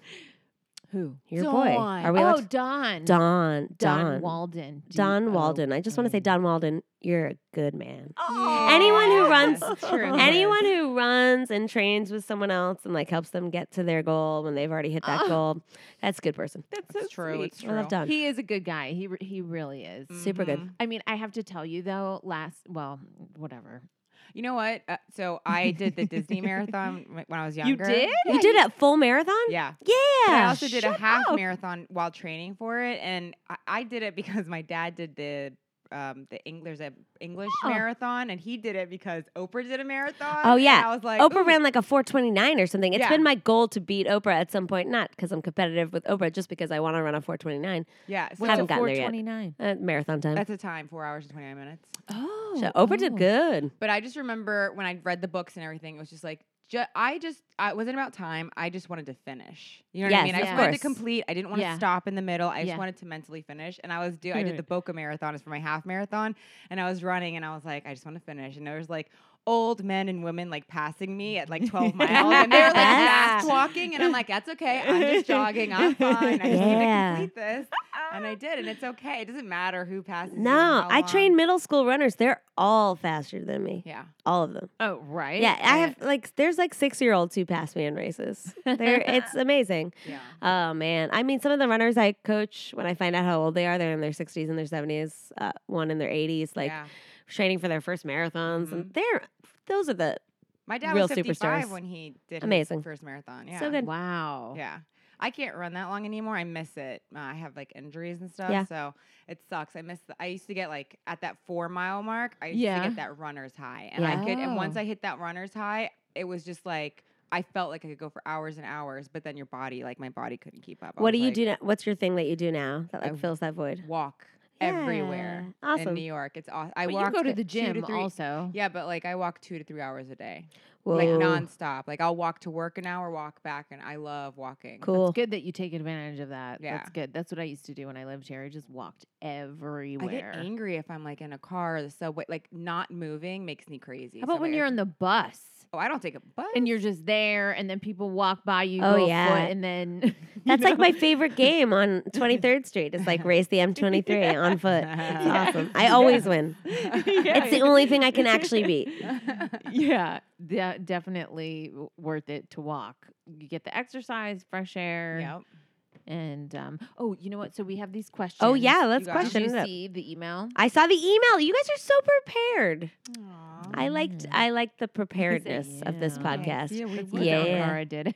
[SPEAKER 5] Who
[SPEAKER 4] Your boy. Are we?
[SPEAKER 5] oh
[SPEAKER 4] allowed to-
[SPEAKER 5] Don
[SPEAKER 4] Don. Don.
[SPEAKER 5] Don Walden Oh,
[SPEAKER 4] Don Walden. I just want to say,
[SPEAKER 5] D O N.
[SPEAKER 4] Don Walden, you're a good man.
[SPEAKER 3] Yeah.
[SPEAKER 4] Anyone who runs,
[SPEAKER 3] True.
[SPEAKER 4] anyone who runs and trains with someone else and like helps them get to their goal when they've already hit that
[SPEAKER 5] Oh.
[SPEAKER 4] goal, that's a good person.
[SPEAKER 5] That's so
[SPEAKER 3] It's true.
[SPEAKER 5] sweet.
[SPEAKER 3] It's
[SPEAKER 4] I
[SPEAKER 3] true.
[SPEAKER 4] love Don.
[SPEAKER 5] He is a good guy. He re- he really is.
[SPEAKER 4] Super good.
[SPEAKER 3] Mhm.
[SPEAKER 5] I mean, I have to tell you though. Last well, whatever.
[SPEAKER 3] You know what? Uh, so I did the Disney marathon wh- when I was younger.
[SPEAKER 4] you did a full marathon.
[SPEAKER 3] Yeah. But I
[SPEAKER 4] Yeah.
[SPEAKER 3] also did a
[SPEAKER 4] shut
[SPEAKER 3] half
[SPEAKER 4] up.
[SPEAKER 3] marathon while training for it, and I, I did it because my dad did the um the Eng- there's a English
[SPEAKER 4] Oh.
[SPEAKER 3] marathon, and he did it because Oprah did a marathon.
[SPEAKER 4] Oh, yeah.
[SPEAKER 3] and I was like
[SPEAKER 4] Oprah
[SPEAKER 3] "Ooh."
[SPEAKER 4] ran like a 429 or something. It's
[SPEAKER 3] Yeah.
[SPEAKER 4] been my goal to beat Oprah at some point, not because I'm competitive with Oprah, just because I want to run a 429
[SPEAKER 3] Yeah, so
[SPEAKER 4] Haven't gotten there yet.
[SPEAKER 5] 429.
[SPEAKER 4] uh, marathon time.
[SPEAKER 3] that's a time four hours and twenty nine minutes.
[SPEAKER 5] Oh,
[SPEAKER 4] So Oprah did
[SPEAKER 5] oh.
[SPEAKER 4] good.
[SPEAKER 3] But I just remember when I read the books and everything, it was just like. Ju- I just I it wasn't about time. I just wanted to finish. You know what I
[SPEAKER 4] Yes,
[SPEAKER 3] mean? I
[SPEAKER 5] of
[SPEAKER 3] just wanted to
[SPEAKER 4] course.
[SPEAKER 3] complete. I didn't want to
[SPEAKER 5] Yeah.
[SPEAKER 3] stop in the middle. I just
[SPEAKER 5] Yeah.
[SPEAKER 3] wanted to mentally finish. And I was do I did
[SPEAKER 5] Right.
[SPEAKER 3] the Boca marathon is for my half marathon and I was running and I was like I just want to finish. And there was like old men and women like passing me at like 12 miles and they were like
[SPEAKER 4] Yes.
[SPEAKER 3] fast walking and I'm like that's okay. I'm just jogging. I'm fine. I just need
[SPEAKER 4] Yeah.
[SPEAKER 3] to complete this. and I did, and it's okay. It doesn't matter who passes. you and
[SPEAKER 4] No,
[SPEAKER 3] how
[SPEAKER 4] I train
[SPEAKER 3] long.
[SPEAKER 4] middle school runners. They're all faster than me.
[SPEAKER 3] Yeah,
[SPEAKER 4] All of them.
[SPEAKER 5] Oh, right.
[SPEAKER 4] Yeah, I have like there's like six year olds who pass me in races. They're, it's amazing.
[SPEAKER 3] yeah.
[SPEAKER 4] Oh man, I mean, some of the runners I coach, when I find out how old they are, they're in their 60s and their 70s, uh, one in their 80s, like
[SPEAKER 3] yeah. Mm-hmm.
[SPEAKER 4] training for their first marathons, and they're those are the
[SPEAKER 3] My dad
[SPEAKER 4] real
[SPEAKER 3] was 55
[SPEAKER 4] superstars.
[SPEAKER 3] when he did
[SPEAKER 4] Amazing.
[SPEAKER 3] his first marathon. Yeah.
[SPEAKER 4] So good.
[SPEAKER 5] Wow.
[SPEAKER 3] Yeah. I can't run that long anymore. I miss it. Uh, I have like injuries and stuff,
[SPEAKER 4] Yeah.
[SPEAKER 3] so it sucks. I miss. The, I used to get like at that four mile mark. I used to
[SPEAKER 5] Yeah.
[SPEAKER 3] get that runner's high, and
[SPEAKER 4] Yeah.
[SPEAKER 3] I could. And once
[SPEAKER 5] Oh.
[SPEAKER 3] I hit that runner's high, it was just like I felt like I could go for hours and hours. But then your body, like my body, couldn't keep up. I
[SPEAKER 4] What
[SPEAKER 3] was
[SPEAKER 4] do you
[SPEAKER 3] like,
[SPEAKER 4] do now? What's your thing that you do now that like
[SPEAKER 3] I
[SPEAKER 4] fills that void?
[SPEAKER 3] Walk everywhere
[SPEAKER 4] Yeah, Awesome.
[SPEAKER 3] in New York. It's awesome. I
[SPEAKER 5] But
[SPEAKER 3] walk
[SPEAKER 5] you go to the
[SPEAKER 3] two
[SPEAKER 5] gym
[SPEAKER 3] three-
[SPEAKER 5] also.
[SPEAKER 3] Yeah, but like I walk two to three hours a day,
[SPEAKER 4] Whoa.
[SPEAKER 3] like nonstop. Like I'll walk to work an hour, walk back, and I love walking.
[SPEAKER 4] cool.
[SPEAKER 5] It's good that you take advantage of that.
[SPEAKER 3] Yeah.
[SPEAKER 5] That's good. That's what I used to do when I lived here. I just walked
[SPEAKER 3] I get
[SPEAKER 5] everywhere.
[SPEAKER 3] angry if I'm like in a car or the subway. Like not moving makes me crazy.
[SPEAKER 5] How about
[SPEAKER 3] So,
[SPEAKER 5] when
[SPEAKER 3] like,
[SPEAKER 5] you're
[SPEAKER 3] if-
[SPEAKER 5] on the bus
[SPEAKER 3] Oh, I don't take a bus.
[SPEAKER 5] and you're just there and then people walk by you?
[SPEAKER 4] Oh,
[SPEAKER 5] go a foot,
[SPEAKER 4] yeah.
[SPEAKER 5] and then. you
[SPEAKER 4] That's like
[SPEAKER 5] know?
[SPEAKER 4] my favorite game on 23rd Street. It's like race the M23 on foot. It's
[SPEAKER 3] Yeah.
[SPEAKER 4] awesome. I always win. It's the only thing I can actually beat.
[SPEAKER 5] yeah, de- definitely w- worth it to walk. You get the exercise, fresh air,
[SPEAKER 3] Yep.
[SPEAKER 5] and um, oh, you know what? So we have these questions.
[SPEAKER 4] Oh yeah,
[SPEAKER 3] You
[SPEAKER 4] let's
[SPEAKER 3] guys-
[SPEAKER 4] question
[SPEAKER 5] Did
[SPEAKER 4] it
[SPEAKER 5] you
[SPEAKER 4] up.
[SPEAKER 5] see the email?
[SPEAKER 4] I saw the email. You guys are so prepared. I liked
[SPEAKER 5] Mm.
[SPEAKER 4] I liked the preparedness of this
[SPEAKER 5] yeah.
[SPEAKER 4] podcast.
[SPEAKER 3] Yeah, we
[SPEAKER 5] Look
[SPEAKER 3] would.
[SPEAKER 4] Yeah,
[SPEAKER 5] how
[SPEAKER 4] yeah.
[SPEAKER 5] Cara did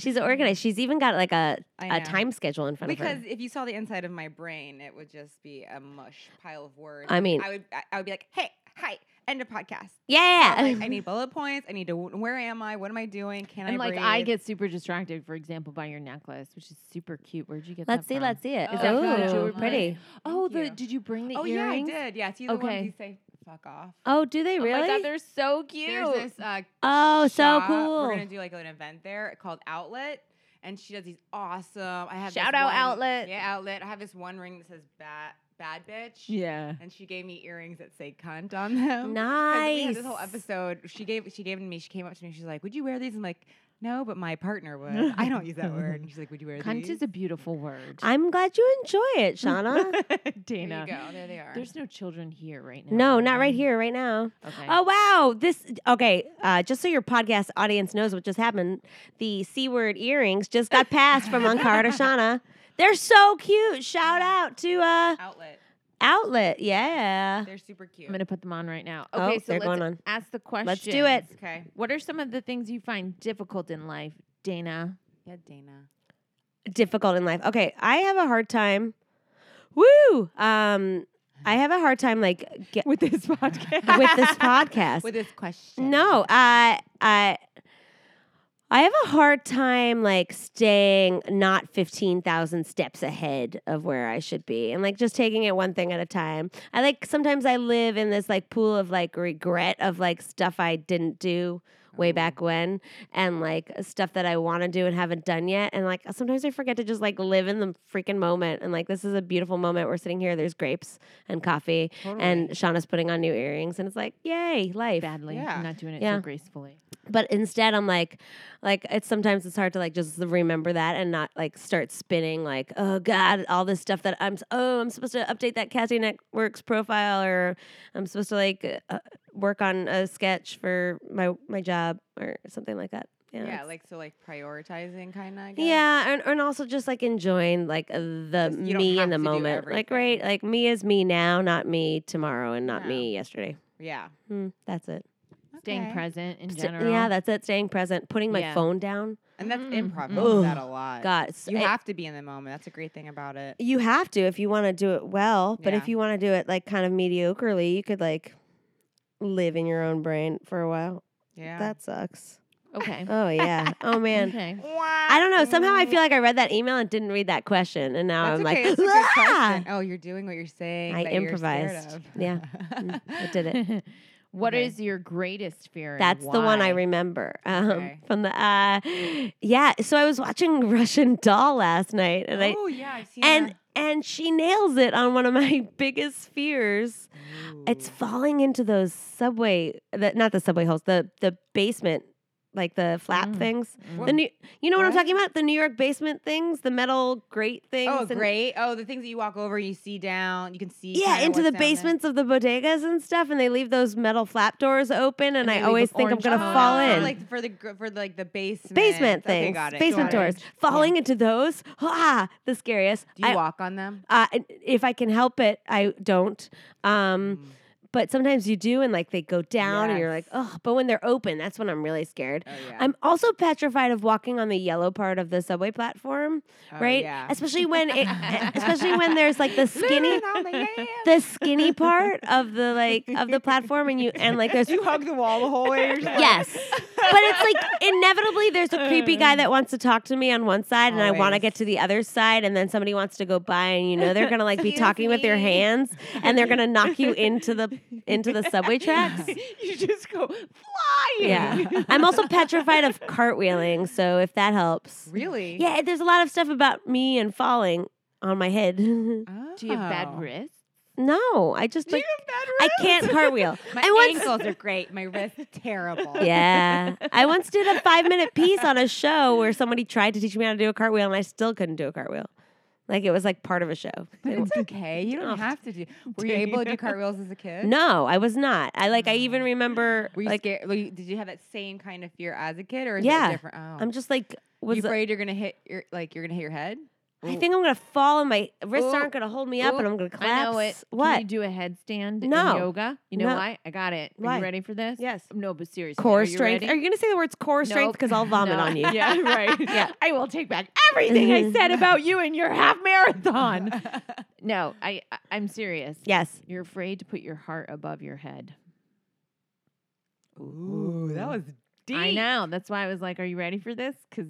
[SPEAKER 4] She's organized. She's even got like a,
[SPEAKER 3] I
[SPEAKER 4] a
[SPEAKER 3] know.
[SPEAKER 4] time schedule in front
[SPEAKER 3] Because
[SPEAKER 4] of her.
[SPEAKER 3] if you saw the inside of my brain, it would just be a mush pile of words.
[SPEAKER 4] I mean-
[SPEAKER 3] I would, I, I would be like, "Hey, hi, end of podcast."
[SPEAKER 4] Yeah.
[SPEAKER 3] Like, I need bullet points. I need to. Where am I? What am I doing? Can
[SPEAKER 5] and
[SPEAKER 3] I?
[SPEAKER 5] like I
[SPEAKER 3] breathe?
[SPEAKER 5] get super distracted, for example, by your necklace, which is super cute. Where'd you get
[SPEAKER 4] let's
[SPEAKER 5] that?
[SPEAKER 4] see,
[SPEAKER 5] from?
[SPEAKER 4] let's see it.
[SPEAKER 3] Oh,
[SPEAKER 4] Is that
[SPEAKER 3] photo.
[SPEAKER 4] oh,
[SPEAKER 3] Nice.
[SPEAKER 4] pretty?
[SPEAKER 5] Oh,
[SPEAKER 3] Thank
[SPEAKER 5] the
[SPEAKER 3] you.
[SPEAKER 5] did you bring the
[SPEAKER 3] Oh
[SPEAKER 5] earrings?
[SPEAKER 3] yeah, I did. Yeah, see the
[SPEAKER 5] Okay.
[SPEAKER 3] ones you say, "Fuck off."
[SPEAKER 4] Oh, do they
[SPEAKER 6] Oh my
[SPEAKER 4] really?
[SPEAKER 6] God, they're so cute.
[SPEAKER 3] There's this uh,
[SPEAKER 4] Oh, so
[SPEAKER 3] shop.
[SPEAKER 4] cool.
[SPEAKER 3] We're gonna do like an event there called Outlet, and she does these awesome. I have this
[SPEAKER 6] Shout out
[SPEAKER 3] one-
[SPEAKER 6] Outlet.
[SPEAKER 3] Yeah, Outlet. I have this one ring that says bad bad bitch.
[SPEAKER 5] Yeah.
[SPEAKER 3] And she gave me earrings that say cunt on them. 'Cause We had this whole
[SPEAKER 4] Nice.
[SPEAKER 3] episode. She gave she gave them to me. She came up to me. She's like, "Would you wear these?" I'm like, "No, but my partner would. I don't use that word." And she's like, "Would you wear
[SPEAKER 5] Cunt
[SPEAKER 3] these?"
[SPEAKER 5] is a beautiful word.
[SPEAKER 4] I'm glad you enjoy it, Shauna.
[SPEAKER 3] there you
[SPEAKER 5] Dana.
[SPEAKER 3] go. There they are.
[SPEAKER 5] There's no children here right now.
[SPEAKER 4] no, not right
[SPEAKER 5] Um,
[SPEAKER 4] here, right now.
[SPEAKER 5] Okay.
[SPEAKER 4] Oh wow! This okay. Uh, just so your podcast audience knows what just happened, the c word earrings just got passed from Ankara to Shauna. They're so cute. Shout out to uh,
[SPEAKER 3] Outlet.
[SPEAKER 4] Outlet. Yeah.
[SPEAKER 3] They're super cute.
[SPEAKER 5] I'm gonna put them on right now.
[SPEAKER 4] Oh,
[SPEAKER 5] Okay, so
[SPEAKER 4] they're
[SPEAKER 5] let's
[SPEAKER 4] going on.
[SPEAKER 5] ask the question.
[SPEAKER 4] Let's do it.
[SPEAKER 3] okay.
[SPEAKER 5] What are some of the things you find difficult in life, Dana?
[SPEAKER 3] Yeah, Dana.
[SPEAKER 4] Difficult in life. Okay, I have a hard time. Woo! Um, I have a hard time like get,
[SPEAKER 5] With this podcast.
[SPEAKER 4] with this podcast.
[SPEAKER 3] With this question.
[SPEAKER 4] No, I I I have a hard time like staying not 15,000 steps ahead of where I should be and like just taking it one thing at a time. I like sometimes I live in this like pool of like regret of like stuff I didn't do way back when and like stuff that I want to do and haven't done yet and like sometimes I forget to just like live in the freaking moment and like this is a beautiful moment we're sitting here there's grapes and coffee and Shauna's putting on new earrings and it's like yay life
[SPEAKER 5] Badly.
[SPEAKER 3] Yeah.
[SPEAKER 5] I'm not doing it
[SPEAKER 4] Yeah.
[SPEAKER 5] so gracefully.
[SPEAKER 4] but instead i'm like like it's sometimes it's hard to like just remember that and not like start spinning like oh god all this stuff that i'm s- oh i'm supposed to update that casting networks profile or i'm supposed to like uh, work on a sketch for my my job or something like that yeah
[SPEAKER 3] Yeah,
[SPEAKER 4] it's-
[SPEAKER 3] like so, like prioritizing, kind of.
[SPEAKER 4] yeah, and, and also just like enjoying like uh, the
[SPEAKER 3] Just- you don't
[SPEAKER 4] me in
[SPEAKER 3] have
[SPEAKER 4] the
[SPEAKER 3] to do
[SPEAKER 4] moment. Like
[SPEAKER 3] everything.
[SPEAKER 4] right, like me is me now, not me tomorrow and not
[SPEAKER 3] Yeah.
[SPEAKER 4] me yesterday.
[SPEAKER 3] Yeah.
[SPEAKER 4] Hmm, that's it.
[SPEAKER 5] Staying
[SPEAKER 3] Okay.
[SPEAKER 5] present in
[SPEAKER 4] St-
[SPEAKER 5] general.
[SPEAKER 4] Yeah, that's it. Staying present, putting my
[SPEAKER 5] Yeah.
[SPEAKER 4] phone down.
[SPEAKER 3] And that's
[SPEAKER 5] Mm.
[SPEAKER 3] improv.
[SPEAKER 5] Mm.
[SPEAKER 3] does that a lot.
[SPEAKER 4] God, it's-
[SPEAKER 3] You
[SPEAKER 4] Mm-hmm. it-
[SPEAKER 3] have to be in the moment. That's a great thing about it.
[SPEAKER 4] You have to if you want to do it well, but
[SPEAKER 3] Yeah.
[SPEAKER 4] if you want to do it like kind of mediocrely, you could like live in your own brain for a while.
[SPEAKER 3] Yeah.
[SPEAKER 4] That sucks.
[SPEAKER 5] okay.
[SPEAKER 4] Oh yeah. oh man.
[SPEAKER 5] Okay.
[SPEAKER 4] I don't know. Somehow I feel like I read that email and didn't read that question, and now
[SPEAKER 3] That's
[SPEAKER 4] I'm
[SPEAKER 3] okay.
[SPEAKER 4] like,
[SPEAKER 3] That's a good
[SPEAKER 4] "Ah!"
[SPEAKER 3] question. Oh, you're doing what you're saying.
[SPEAKER 4] I
[SPEAKER 3] that you're scared
[SPEAKER 4] improvised.
[SPEAKER 3] of.
[SPEAKER 4] Yeah. Mm, I did it.
[SPEAKER 5] What
[SPEAKER 3] Okay.
[SPEAKER 5] is your greatest fear? and
[SPEAKER 4] That's the one I
[SPEAKER 5] why?
[SPEAKER 4] remember um,
[SPEAKER 3] Okay.
[SPEAKER 4] from the. Uh, yeah. So I was watching Russian Doll last night, and I
[SPEAKER 3] oh yeah, I've seen
[SPEAKER 4] and and she nails it on one of my biggest fears.
[SPEAKER 3] that.
[SPEAKER 4] It's
[SPEAKER 3] Ooh.
[SPEAKER 4] falling into those subway, the, not the subway holes, the the basement, like the flap
[SPEAKER 5] Mm.
[SPEAKER 4] things.
[SPEAKER 5] Mm.
[SPEAKER 4] The new, you know what, I'm
[SPEAKER 3] What?
[SPEAKER 4] talking about? The New York basement things, the metal grate things.
[SPEAKER 3] Oh,
[SPEAKER 4] and-
[SPEAKER 3] great. Oh, the things that you walk over and you see down, you can see.
[SPEAKER 4] Yeah,
[SPEAKER 3] kinda
[SPEAKER 4] into the
[SPEAKER 3] what's down there.
[SPEAKER 4] basements of the bodegas and stuff, and they leave those metal flap doors open, and,
[SPEAKER 5] they
[SPEAKER 4] I
[SPEAKER 5] leave
[SPEAKER 4] always
[SPEAKER 5] with
[SPEAKER 4] think I'm
[SPEAKER 5] orange
[SPEAKER 4] gonna
[SPEAKER 5] on
[SPEAKER 4] fall
[SPEAKER 5] it.
[SPEAKER 3] Oh,
[SPEAKER 4] in.
[SPEAKER 3] Like for the gr- for like the basement
[SPEAKER 4] basement
[SPEAKER 3] okay,
[SPEAKER 4] things,
[SPEAKER 3] got it,
[SPEAKER 4] basement
[SPEAKER 3] got it.
[SPEAKER 4] doors, falling into those. Ah, the scariest.
[SPEAKER 3] Do you
[SPEAKER 4] I,
[SPEAKER 3] walk on them?
[SPEAKER 4] uh, if I can help it, I don't. Um, but sometimes you do, and like they go down, and you're like,
[SPEAKER 3] Mm. Yes.
[SPEAKER 4] oh. But when they're open, that's when I'm really scared.
[SPEAKER 3] Oh yeah.
[SPEAKER 4] I'm also petrified of walking on the yellow part of the subway platform,
[SPEAKER 3] Oh,
[SPEAKER 4] right?
[SPEAKER 3] Yeah.
[SPEAKER 4] Especially when it, e, especially when there's like the skinny,
[SPEAKER 3] Living on the yams.
[SPEAKER 4] the skinny part of the like of the platform, and you and like there's
[SPEAKER 3] you hug the wall the whole way. Or something?
[SPEAKER 4] Yes. But it's like inevitably there's a creepy guy that wants to talk to me on one side and I want to
[SPEAKER 3] Always.
[SPEAKER 4] get to the other side and then somebody wants to go by and you know they're going to like be talking with their hands and they're going to knock you into the into the subway tracks.
[SPEAKER 6] you just go flying.
[SPEAKER 4] Yeah. I'm also petrified of cartwheeling, so if that helps.
[SPEAKER 3] Really?
[SPEAKER 4] Yeah, there's a lot of stuff about me and falling on my head. no,
[SPEAKER 5] Do you have
[SPEAKER 3] Oh.
[SPEAKER 5] bad wrists?
[SPEAKER 4] I just like
[SPEAKER 3] Bad
[SPEAKER 4] I can't cartwheel.
[SPEAKER 3] My
[SPEAKER 4] I once-
[SPEAKER 3] ankles are great. My wrists terrible.
[SPEAKER 4] yeah. I once did a five minute piece on a show where somebody tried to teach me how to do a cartwheel and I still couldn't do a cartwheel. Like it was like part of a show.
[SPEAKER 3] But it's okay. You
[SPEAKER 4] Oh.
[SPEAKER 3] don't have to do. Were you able to do cartwheels as a kid?
[SPEAKER 4] No, I was not. I like I even remember
[SPEAKER 3] Were you
[SPEAKER 4] like
[SPEAKER 3] scared? Were you, did you have that same kind of fear as a kid, or is
[SPEAKER 4] Yeah.
[SPEAKER 3] it different? Oh.
[SPEAKER 4] I'm just like
[SPEAKER 3] You
[SPEAKER 4] was
[SPEAKER 3] afraid you're gonna hit your like you're gonna hit your head?
[SPEAKER 4] I think I'm gonna fall and my wrists
[SPEAKER 3] Ooh.
[SPEAKER 4] aren't gonna hold me up and
[SPEAKER 5] Ooh.
[SPEAKER 4] I'm gonna collapse.
[SPEAKER 5] I know it.
[SPEAKER 4] What?
[SPEAKER 5] Can you do a headstand
[SPEAKER 4] No.
[SPEAKER 5] in yoga? You know
[SPEAKER 4] No.
[SPEAKER 5] why? I got it. Are
[SPEAKER 4] Why?
[SPEAKER 5] you ready for this?
[SPEAKER 4] Yes.
[SPEAKER 5] No, but seriously.
[SPEAKER 4] core
[SPEAKER 5] are you
[SPEAKER 4] strength.
[SPEAKER 5] ready?
[SPEAKER 4] Are you gonna say the words core strength?
[SPEAKER 5] Nope.
[SPEAKER 4] Because I'll vomit
[SPEAKER 5] No.
[SPEAKER 4] on you.
[SPEAKER 5] Yeah, right.
[SPEAKER 4] Yeah.
[SPEAKER 5] I will take back everything I said about you and your half marathon. no, I, I I'm serious.
[SPEAKER 4] Yes.
[SPEAKER 5] You're afraid to put your heart above your head.
[SPEAKER 3] Ooh, that was deep.
[SPEAKER 5] I know. That's why I was like, "Are you ready for this?" Because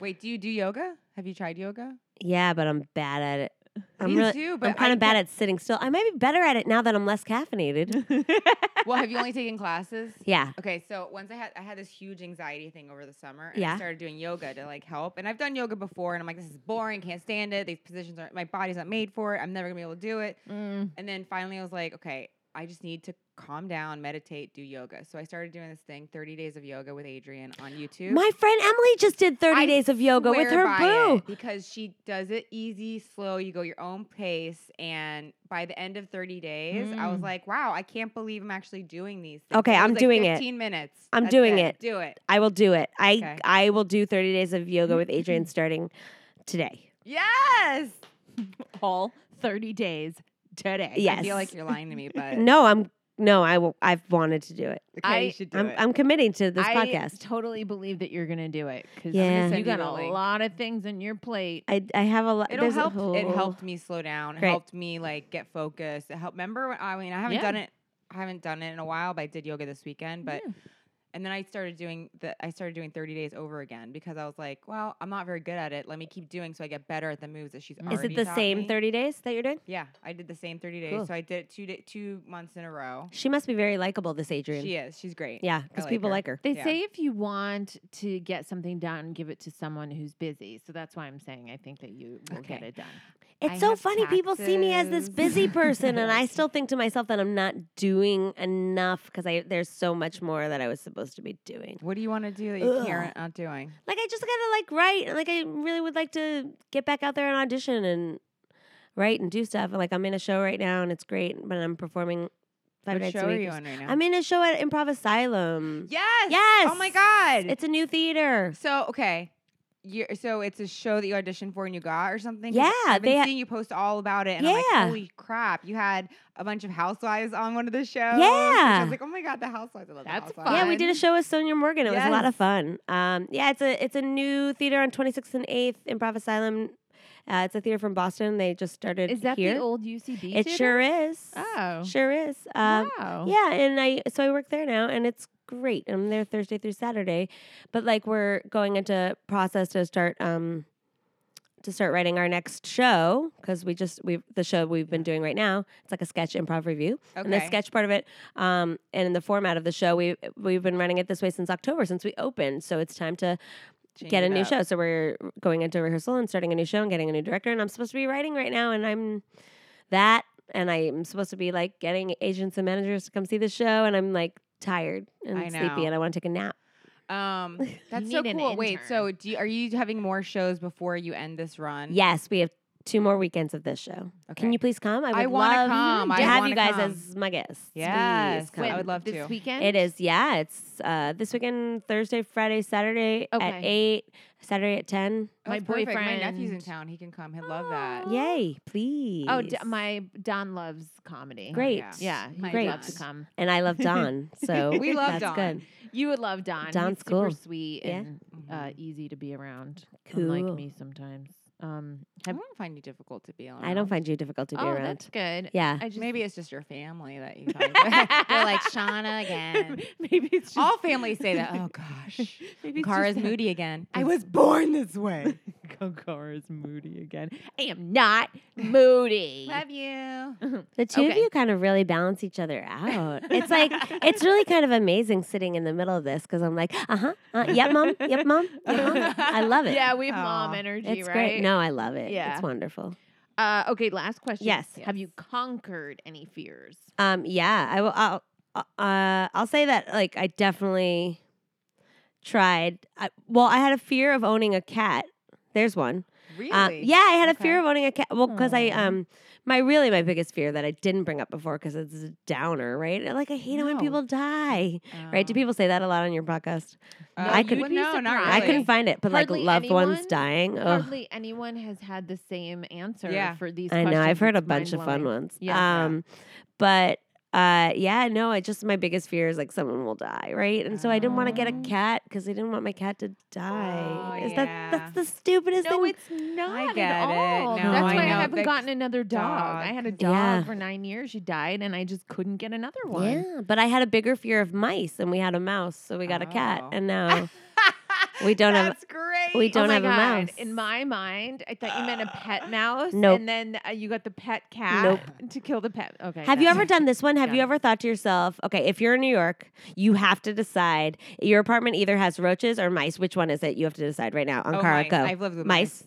[SPEAKER 3] Wait, do you do yoga? Have you tried yoga?
[SPEAKER 4] Yeah, but I'm bad at it. I'm
[SPEAKER 3] Me
[SPEAKER 4] really,
[SPEAKER 3] too,
[SPEAKER 4] I'm
[SPEAKER 3] but
[SPEAKER 4] kind
[SPEAKER 3] I
[SPEAKER 4] of bad at sitting still. I might be better at it now that I'm less caffeinated.
[SPEAKER 3] Well, have you only taken classes?
[SPEAKER 4] yeah.
[SPEAKER 3] Okay, so once I had I had this huge anxiety thing over the summer, and
[SPEAKER 4] Yeah.
[SPEAKER 3] I started doing yoga to like help. And I've done yoga before, and I'm like, this is boring, can't stand it. These positions aren't my body's not made for it. I'm never gonna be able to do it.
[SPEAKER 5] Mm.
[SPEAKER 3] And then finally, I was like, okay, I just need to calm down, meditate, do yoga. So I started doing this thing, 30 days of yoga with Adrian on YouTube.
[SPEAKER 4] My friend Emily just did 30
[SPEAKER 3] I
[SPEAKER 4] days of yoga with
[SPEAKER 3] swear
[SPEAKER 4] her
[SPEAKER 3] by
[SPEAKER 4] boo.
[SPEAKER 3] it, because she does it easy, slow. You go your own pace, and by the end of 30 days, I was like, "Wow, I can't believe I'm actually doing these." Things.
[SPEAKER 4] Mm. Okay,
[SPEAKER 3] It was
[SPEAKER 4] I'm
[SPEAKER 3] like
[SPEAKER 4] doing it.
[SPEAKER 3] 15 minutes.
[SPEAKER 4] I'm
[SPEAKER 3] That's
[SPEAKER 4] doing it.
[SPEAKER 3] Do it.
[SPEAKER 4] I will do it. I
[SPEAKER 3] Okay.
[SPEAKER 4] I will do 30 days of yoga with Adrian starting today.
[SPEAKER 3] Yes.
[SPEAKER 5] all 30 days today.
[SPEAKER 4] Yes.
[SPEAKER 3] I feel like you're lying to me, but
[SPEAKER 4] no, I'm no, I will I've wanted to do it.
[SPEAKER 3] okay,
[SPEAKER 5] I-
[SPEAKER 3] you should do
[SPEAKER 4] I'm
[SPEAKER 3] it.
[SPEAKER 4] I'm committing to this
[SPEAKER 5] I
[SPEAKER 4] podcast.
[SPEAKER 5] totally believe that you're gonna do it because
[SPEAKER 4] Yeah.
[SPEAKER 5] you
[SPEAKER 3] send
[SPEAKER 5] got
[SPEAKER 3] you
[SPEAKER 5] a
[SPEAKER 3] the link.
[SPEAKER 5] lot of things on your plate.
[SPEAKER 4] I I have a lot
[SPEAKER 3] It'll
[SPEAKER 4] there's a
[SPEAKER 3] help. It
[SPEAKER 4] whole-
[SPEAKER 3] helped me slow down. It
[SPEAKER 4] Great.
[SPEAKER 3] Helped me like get focused. It helped. Remember, when, I mean, I haven't
[SPEAKER 5] Yeah.
[SPEAKER 3] done it. I haven't done it in a while, but I did yoga this weekend. But and then I started doing the. I started doing 30 days over again because I was like, well, I'm not very good at it. Let me keep doing so I get better at the moves that she's.
[SPEAKER 5] Is
[SPEAKER 4] Is
[SPEAKER 3] already
[SPEAKER 4] it the
[SPEAKER 3] taught
[SPEAKER 4] same
[SPEAKER 3] me.
[SPEAKER 4] 30 days that you're doing?
[SPEAKER 3] Yeah, I did the same 30 days.
[SPEAKER 4] Cool.
[SPEAKER 3] So I did it two da two months in a row.
[SPEAKER 4] She must be very likable this Adrian.
[SPEAKER 3] She is. She's great.
[SPEAKER 4] yeah, cuz
[SPEAKER 3] like
[SPEAKER 4] people
[SPEAKER 3] her.
[SPEAKER 4] like her.
[SPEAKER 5] They
[SPEAKER 3] Yeah.
[SPEAKER 5] say if you want to get something done, give it to someone who's busy. So that's why I'm saying I think that you will get
[SPEAKER 3] Okay.
[SPEAKER 5] it done.
[SPEAKER 4] It's
[SPEAKER 3] I
[SPEAKER 4] so
[SPEAKER 3] have
[SPEAKER 4] funny. People see me as this
[SPEAKER 3] taxes.
[SPEAKER 4] busy person, and I still think to myself that I'm not doing enough because I there's so much more that I was supposed to be doing.
[SPEAKER 3] What do you want to do that you
[SPEAKER 4] Ugh.
[SPEAKER 3] can't not doing?
[SPEAKER 4] Like I just gotta like write. and, Like I really would like to get back out there and audition and write and do stuff. And like I'm in a show right now, and it's great, but I'm performing five
[SPEAKER 3] What
[SPEAKER 4] nights
[SPEAKER 3] show
[SPEAKER 4] a
[SPEAKER 3] are
[SPEAKER 4] week.
[SPEAKER 3] you on right now?
[SPEAKER 4] I'm in a show at Improv Asylum.
[SPEAKER 3] yes.
[SPEAKER 4] Yes.
[SPEAKER 3] Oh my god.
[SPEAKER 4] It's a new theater.
[SPEAKER 3] So okay, you so it's a show that you auditioned for and you got or something. 'Cause
[SPEAKER 4] Yeah,
[SPEAKER 3] I've been
[SPEAKER 4] they ha-
[SPEAKER 3] seeing you post all about it, and I'm
[SPEAKER 4] Yeah.
[SPEAKER 3] like, holy crap! You had a bunch of housewives on one of the shows. which I
[SPEAKER 4] Yeah.
[SPEAKER 3] was like, oh my god, the housewives. I love the
[SPEAKER 5] That's
[SPEAKER 3] housewives.
[SPEAKER 4] Yeah, we did a
[SPEAKER 5] fun.
[SPEAKER 4] show with Sonia Morgan. It was a lot of
[SPEAKER 3] Yes.
[SPEAKER 4] fun. Um, yeah, it's a it's a new theater on 26th and 8th, Improv Asylum. Uh, it's a theater from Boston. They just started
[SPEAKER 5] Is that
[SPEAKER 4] here.
[SPEAKER 5] the old UCB?
[SPEAKER 3] E
[SPEAKER 4] it
[SPEAKER 5] theater?
[SPEAKER 4] sure is.
[SPEAKER 5] Oh.
[SPEAKER 4] Sure is. Um,
[SPEAKER 5] wow.
[SPEAKER 4] Yeah, and I so I work there now, and it's great. I'm there Thursday through Saturday, but like we're going into process to start um to start writing our next show because we just we the show we've been doing right now. It's like a sketch improv review, and the
[SPEAKER 3] Okay.
[SPEAKER 4] sketch part of it, um, and in the format of the show, we we've been running it this way since October, since we opened. So it's time to
[SPEAKER 3] Change
[SPEAKER 4] get a
[SPEAKER 3] it
[SPEAKER 4] new
[SPEAKER 3] up.
[SPEAKER 4] show. So we're going into rehearsal and starting a new show and getting a new director. And I'm supposed to be writing right now, and I'm that, and I'm supposed to be like getting agents and managers to come see the show, and I'm like tired and
[SPEAKER 3] I
[SPEAKER 4] sleepy,
[SPEAKER 3] know.
[SPEAKER 4] and I want to take a nap.
[SPEAKER 3] Um, that's so
[SPEAKER 5] need an
[SPEAKER 3] cool. Wait,
[SPEAKER 5] intern.
[SPEAKER 3] so do you, are you having more shows before you end this run?
[SPEAKER 4] Yes, we have two more weekends of this show.
[SPEAKER 3] Okay.
[SPEAKER 4] Can you please come? I would
[SPEAKER 3] I wanna
[SPEAKER 4] love
[SPEAKER 3] come.
[SPEAKER 4] to
[SPEAKER 3] I
[SPEAKER 4] have
[SPEAKER 3] wanna
[SPEAKER 4] you guys
[SPEAKER 3] come.
[SPEAKER 4] as my guests.
[SPEAKER 3] Yes.
[SPEAKER 4] Please come.
[SPEAKER 3] When? I would love
[SPEAKER 5] this
[SPEAKER 3] to.
[SPEAKER 5] weekend.
[SPEAKER 4] It is, yeah. It's uh, this weekend, Thursday, Friday, Saturday at
[SPEAKER 5] Okay.
[SPEAKER 4] 8, Saturday at 10.
[SPEAKER 3] Oh,
[SPEAKER 5] My
[SPEAKER 3] it's perfect.
[SPEAKER 5] boyfriend.
[SPEAKER 3] My nephew's in town. He can come. He'd love that.
[SPEAKER 4] Yay, please.
[SPEAKER 5] Oh, D- my Don loves comedy.
[SPEAKER 4] Great.
[SPEAKER 5] Yeah, he
[SPEAKER 3] My
[SPEAKER 5] would love to
[SPEAKER 4] Don.
[SPEAKER 5] come.
[SPEAKER 4] And I love Don. So
[SPEAKER 3] We love
[SPEAKER 4] that's
[SPEAKER 3] Don.
[SPEAKER 4] good.
[SPEAKER 5] You would love Don.
[SPEAKER 4] Don's
[SPEAKER 5] He's super
[SPEAKER 4] cool.
[SPEAKER 5] sweet
[SPEAKER 4] Yeah.
[SPEAKER 5] and uh,
[SPEAKER 3] Mm-hmm.
[SPEAKER 5] easy to be around.
[SPEAKER 4] Cool.
[SPEAKER 5] Unlike me sometimes. Um,
[SPEAKER 3] I
[SPEAKER 5] have-
[SPEAKER 3] don't find you difficult to be on.
[SPEAKER 4] I don't find you difficult to be
[SPEAKER 5] oh,
[SPEAKER 4] around.
[SPEAKER 5] that's good.
[SPEAKER 4] Yeah.
[SPEAKER 5] I just
[SPEAKER 3] Maybe it's just your family that you find. They're like Shauna again.
[SPEAKER 5] maybe it's just
[SPEAKER 3] All families say that. Oh gosh,
[SPEAKER 5] maybe it's
[SPEAKER 3] Cara's
[SPEAKER 5] just that-
[SPEAKER 3] moody again.
[SPEAKER 5] I was
[SPEAKER 3] born this way.
[SPEAKER 5] Go, Cara's moody again. I am not moody.
[SPEAKER 3] Love you.
[SPEAKER 4] The two of
[SPEAKER 5] Okay.
[SPEAKER 4] you kind of really balance each other out. It's like it's really kind of amazing sitting in the middle of this because I'm like, uh huh, uh, yep, mom, yep, mom, yep, mom. I love it.
[SPEAKER 5] Yeah, we have mom
[SPEAKER 3] Aw.
[SPEAKER 5] energy,
[SPEAKER 4] it's
[SPEAKER 5] right?
[SPEAKER 4] great. No, I love it.
[SPEAKER 5] Yeah.
[SPEAKER 4] it's wonderful.
[SPEAKER 5] Uh, okay, last question.
[SPEAKER 4] Yes.
[SPEAKER 5] Have you conquered any fears?
[SPEAKER 4] Um, yeah, I will. I'll, uh, I'll say that like I definitely tried. I, well, I had a fear of owning a cat. There's one.
[SPEAKER 3] Really?
[SPEAKER 4] Um, yeah, I had a fear
[SPEAKER 3] Okay.
[SPEAKER 4] of owning a cat. Well, because I
[SPEAKER 5] Aw.
[SPEAKER 4] um my really my biggest fear that I didn't bring up before because it's a downer, right? Like I hate it when
[SPEAKER 3] No.
[SPEAKER 4] people die,
[SPEAKER 3] Um,
[SPEAKER 4] right? Do people say that a lot on your podcast?
[SPEAKER 3] Uh,
[SPEAKER 4] I couldn't-
[SPEAKER 3] you- no, not
[SPEAKER 5] I
[SPEAKER 4] I
[SPEAKER 3] really.
[SPEAKER 4] couldn't find it, but
[SPEAKER 5] Hardly
[SPEAKER 4] like loved ones
[SPEAKER 5] anyone?
[SPEAKER 4] dying. Ugh.
[SPEAKER 5] Hardly anyone has had the same answer
[SPEAKER 3] Yeah.
[SPEAKER 5] for these.
[SPEAKER 4] I know.
[SPEAKER 5] questions.
[SPEAKER 4] I've heard a
[SPEAKER 5] It's
[SPEAKER 4] bunch of fun
[SPEAKER 5] mind-blowing.
[SPEAKER 4] ones.
[SPEAKER 5] Yeah.
[SPEAKER 4] Um, but uh, yeah, no. I just my biggest fear is like someone will die, right? And so I didn't want to get a
[SPEAKER 5] Oh.
[SPEAKER 4] cat because I didn't want my cat to die.
[SPEAKER 3] Oh,
[SPEAKER 4] is
[SPEAKER 3] yeah.
[SPEAKER 4] that that's the stupidest
[SPEAKER 5] No,
[SPEAKER 4] thing?
[SPEAKER 5] it's not
[SPEAKER 3] get
[SPEAKER 5] at
[SPEAKER 3] it.
[SPEAKER 5] all.
[SPEAKER 3] No,
[SPEAKER 5] That's
[SPEAKER 4] I
[SPEAKER 5] why I,
[SPEAKER 4] know.
[SPEAKER 5] haven't
[SPEAKER 3] That's
[SPEAKER 5] gotten another dog. I
[SPEAKER 3] dog.
[SPEAKER 5] had a dog
[SPEAKER 4] Yeah.
[SPEAKER 5] for nine years. She died, and I just couldn't get another one.
[SPEAKER 4] yeah, but I had a bigger fear of mice, and we had a mouse, so we got a cat,
[SPEAKER 3] Oh.
[SPEAKER 4] and now we don't have
[SPEAKER 3] That's great.
[SPEAKER 4] we
[SPEAKER 5] Oh
[SPEAKER 4] don't
[SPEAKER 5] my
[SPEAKER 4] have a
[SPEAKER 5] God.
[SPEAKER 4] mouse.
[SPEAKER 5] In my mind, I thought you meant a pet mouse.
[SPEAKER 4] Nope.
[SPEAKER 5] And then uh, you got the pet cat to kill the pet. Okay.
[SPEAKER 4] Have you
[SPEAKER 5] that's-
[SPEAKER 4] ever done this one? Have
[SPEAKER 5] Got
[SPEAKER 4] you
[SPEAKER 5] it.
[SPEAKER 4] ever thought to yourself, okay, if you're in New York, you have to decide your apartment either has roaches or mice. Which one is it? You have to decide right now. On
[SPEAKER 3] Oh,
[SPEAKER 4] Cara,
[SPEAKER 3] mice.
[SPEAKER 4] go.
[SPEAKER 3] I've lived with
[SPEAKER 4] mice.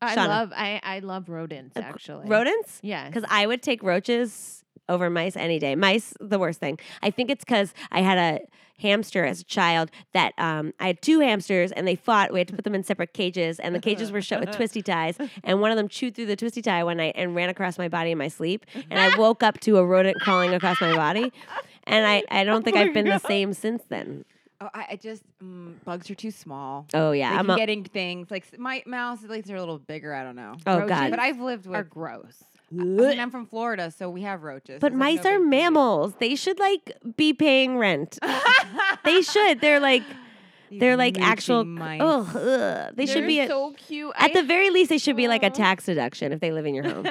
[SPEAKER 5] I
[SPEAKER 4] Shauna.
[SPEAKER 5] love I, I love rodents
[SPEAKER 4] gr-
[SPEAKER 5] actually.
[SPEAKER 4] Rodents?
[SPEAKER 5] Yeah.
[SPEAKER 4] Because I would take roaches over mice any day. Mice, the worst thing. I think it's because I had a hamster as a child that um, I had two hamsters and they fought. We had to put them in separate cages and the cages were shut with twisty ties. And one of them chewed through the twisty tie one night and ran across my body in my sleep. And I woke up to a rodent crawling across my body. And I, I don't
[SPEAKER 5] Oh
[SPEAKER 4] think I've been the same since then.
[SPEAKER 3] Oh, I, I just mm, bugs are too small.
[SPEAKER 4] Oh, yeah.
[SPEAKER 3] Like,
[SPEAKER 4] I'm
[SPEAKER 3] you're
[SPEAKER 4] a,
[SPEAKER 3] getting things like s- my mouse. At least they're a little bigger. I don't know.
[SPEAKER 4] oh, God.
[SPEAKER 3] But I've lived
[SPEAKER 5] are
[SPEAKER 3] with.
[SPEAKER 5] gross.
[SPEAKER 3] I mean, I'm from Florida, so we have roaches.
[SPEAKER 4] But
[SPEAKER 3] It's, like,
[SPEAKER 4] mice
[SPEAKER 3] no
[SPEAKER 4] are
[SPEAKER 3] big deal.
[SPEAKER 4] mammals. They should like be paying rent. they should. They're like
[SPEAKER 3] These
[SPEAKER 4] they're like
[SPEAKER 3] moochy
[SPEAKER 4] actual.
[SPEAKER 3] mice.
[SPEAKER 4] Oh, ugh. they should
[SPEAKER 5] They're
[SPEAKER 4] be a,
[SPEAKER 5] so cute.
[SPEAKER 4] at
[SPEAKER 5] I-
[SPEAKER 4] the very least. They should be like a
[SPEAKER 5] Aw.
[SPEAKER 4] tax deduction if they live in your home.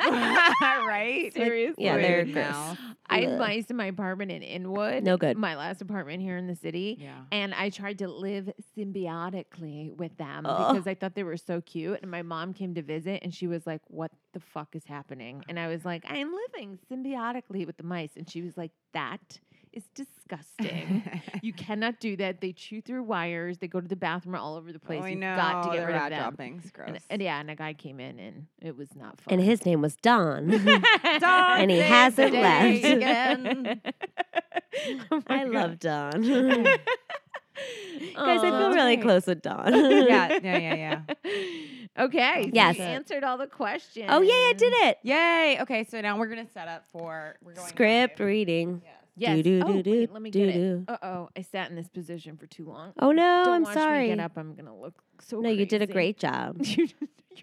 [SPEAKER 3] right?
[SPEAKER 5] Seriously.
[SPEAKER 4] yeah, they're
[SPEAKER 3] Great
[SPEAKER 4] gross.
[SPEAKER 3] mouse.
[SPEAKER 5] I had
[SPEAKER 4] Ugh.
[SPEAKER 5] mice in my apartment in Inwood.
[SPEAKER 4] No good.
[SPEAKER 5] My last apartment here in the city.
[SPEAKER 3] Yeah.
[SPEAKER 5] And I tried to live symbiotically with them
[SPEAKER 4] Ugh.
[SPEAKER 5] because I thought they were so cute. And my mom came to visit and she was like, What the fuck is happening? And I was like, I am living symbiotically with the mice. And she was like, That is disgusting. you cannot do that. They chew through wires, they go to the bathroom all over the place.
[SPEAKER 3] Oh, I
[SPEAKER 5] You've got to
[SPEAKER 3] know,
[SPEAKER 5] get
[SPEAKER 3] they're
[SPEAKER 5] rid of
[SPEAKER 3] rat
[SPEAKER 5] them.
[SPEAKER 3] droppings. Gross.
[SPEAKER 5] And, and yeah, and a guy came in and it was not fun.
[SPEAKER 4] and his name was Don.
[SPEAKER 3] Dog
[SPEAKER 4] And he
[SPEAKER 3] days
[SPEAKER 4] hasn't
[SPEAKER 3] today
[SPEAKER 4] left.
[SPEAKER 3] again.
[SPEAKER 5] Oh my
[SPEAKER 4] I
[SPEAKER 5] God.
[SPEAKER 4] love Don. Guys, I
[SPEAKER 5] Aw.
[SPEAKER 4] feel really close with Don.
[SPEAKER 3] yeah, yeah, yeah, yeah.
[SPEAKER 5] okay. so
[SPEAKER 4] Yes.
[SPEAKER 5] you answered all the questions.
[SPEAKER 4] Oh yay! I did it.
[SPEAKER 3] Yay. Okay, so now we're gonna set up for we're going
[SPEAKER 4] Script
[SPEAKER 3] live.
[SPEAKER 4] reading.
[SPEAKER 3] Yes.
[SPEAKER 5] Yes.
[SPEAKER 4] Do, do,
[SPEAKER 5] oh,
[SPEAKER 4] do,
[SPEAKER 5] wait,
[SPEAKER 4] do,
[SPEAKER 5] let me
[SPEAKER 4] do,
[SPEAKER 5] get
[SPEAKER 4] do.
[SPEAKER 5] it. Uh oh, I sat in this position for too long.
[SPEAKER 4] Oh no!
[SPEAKER 5] Don't
[SPEAKER 4] I'm
[SPEAKER 5] watch
[SPEAKER 4] sorry.
[SPEAKER 5] Me get up. I'm gonna look so.
[SPEAKER 4] no, you did a
[SPEAKER 5] crazy.
[SPEAKER 4] great job.
[SPEAKER 5] You-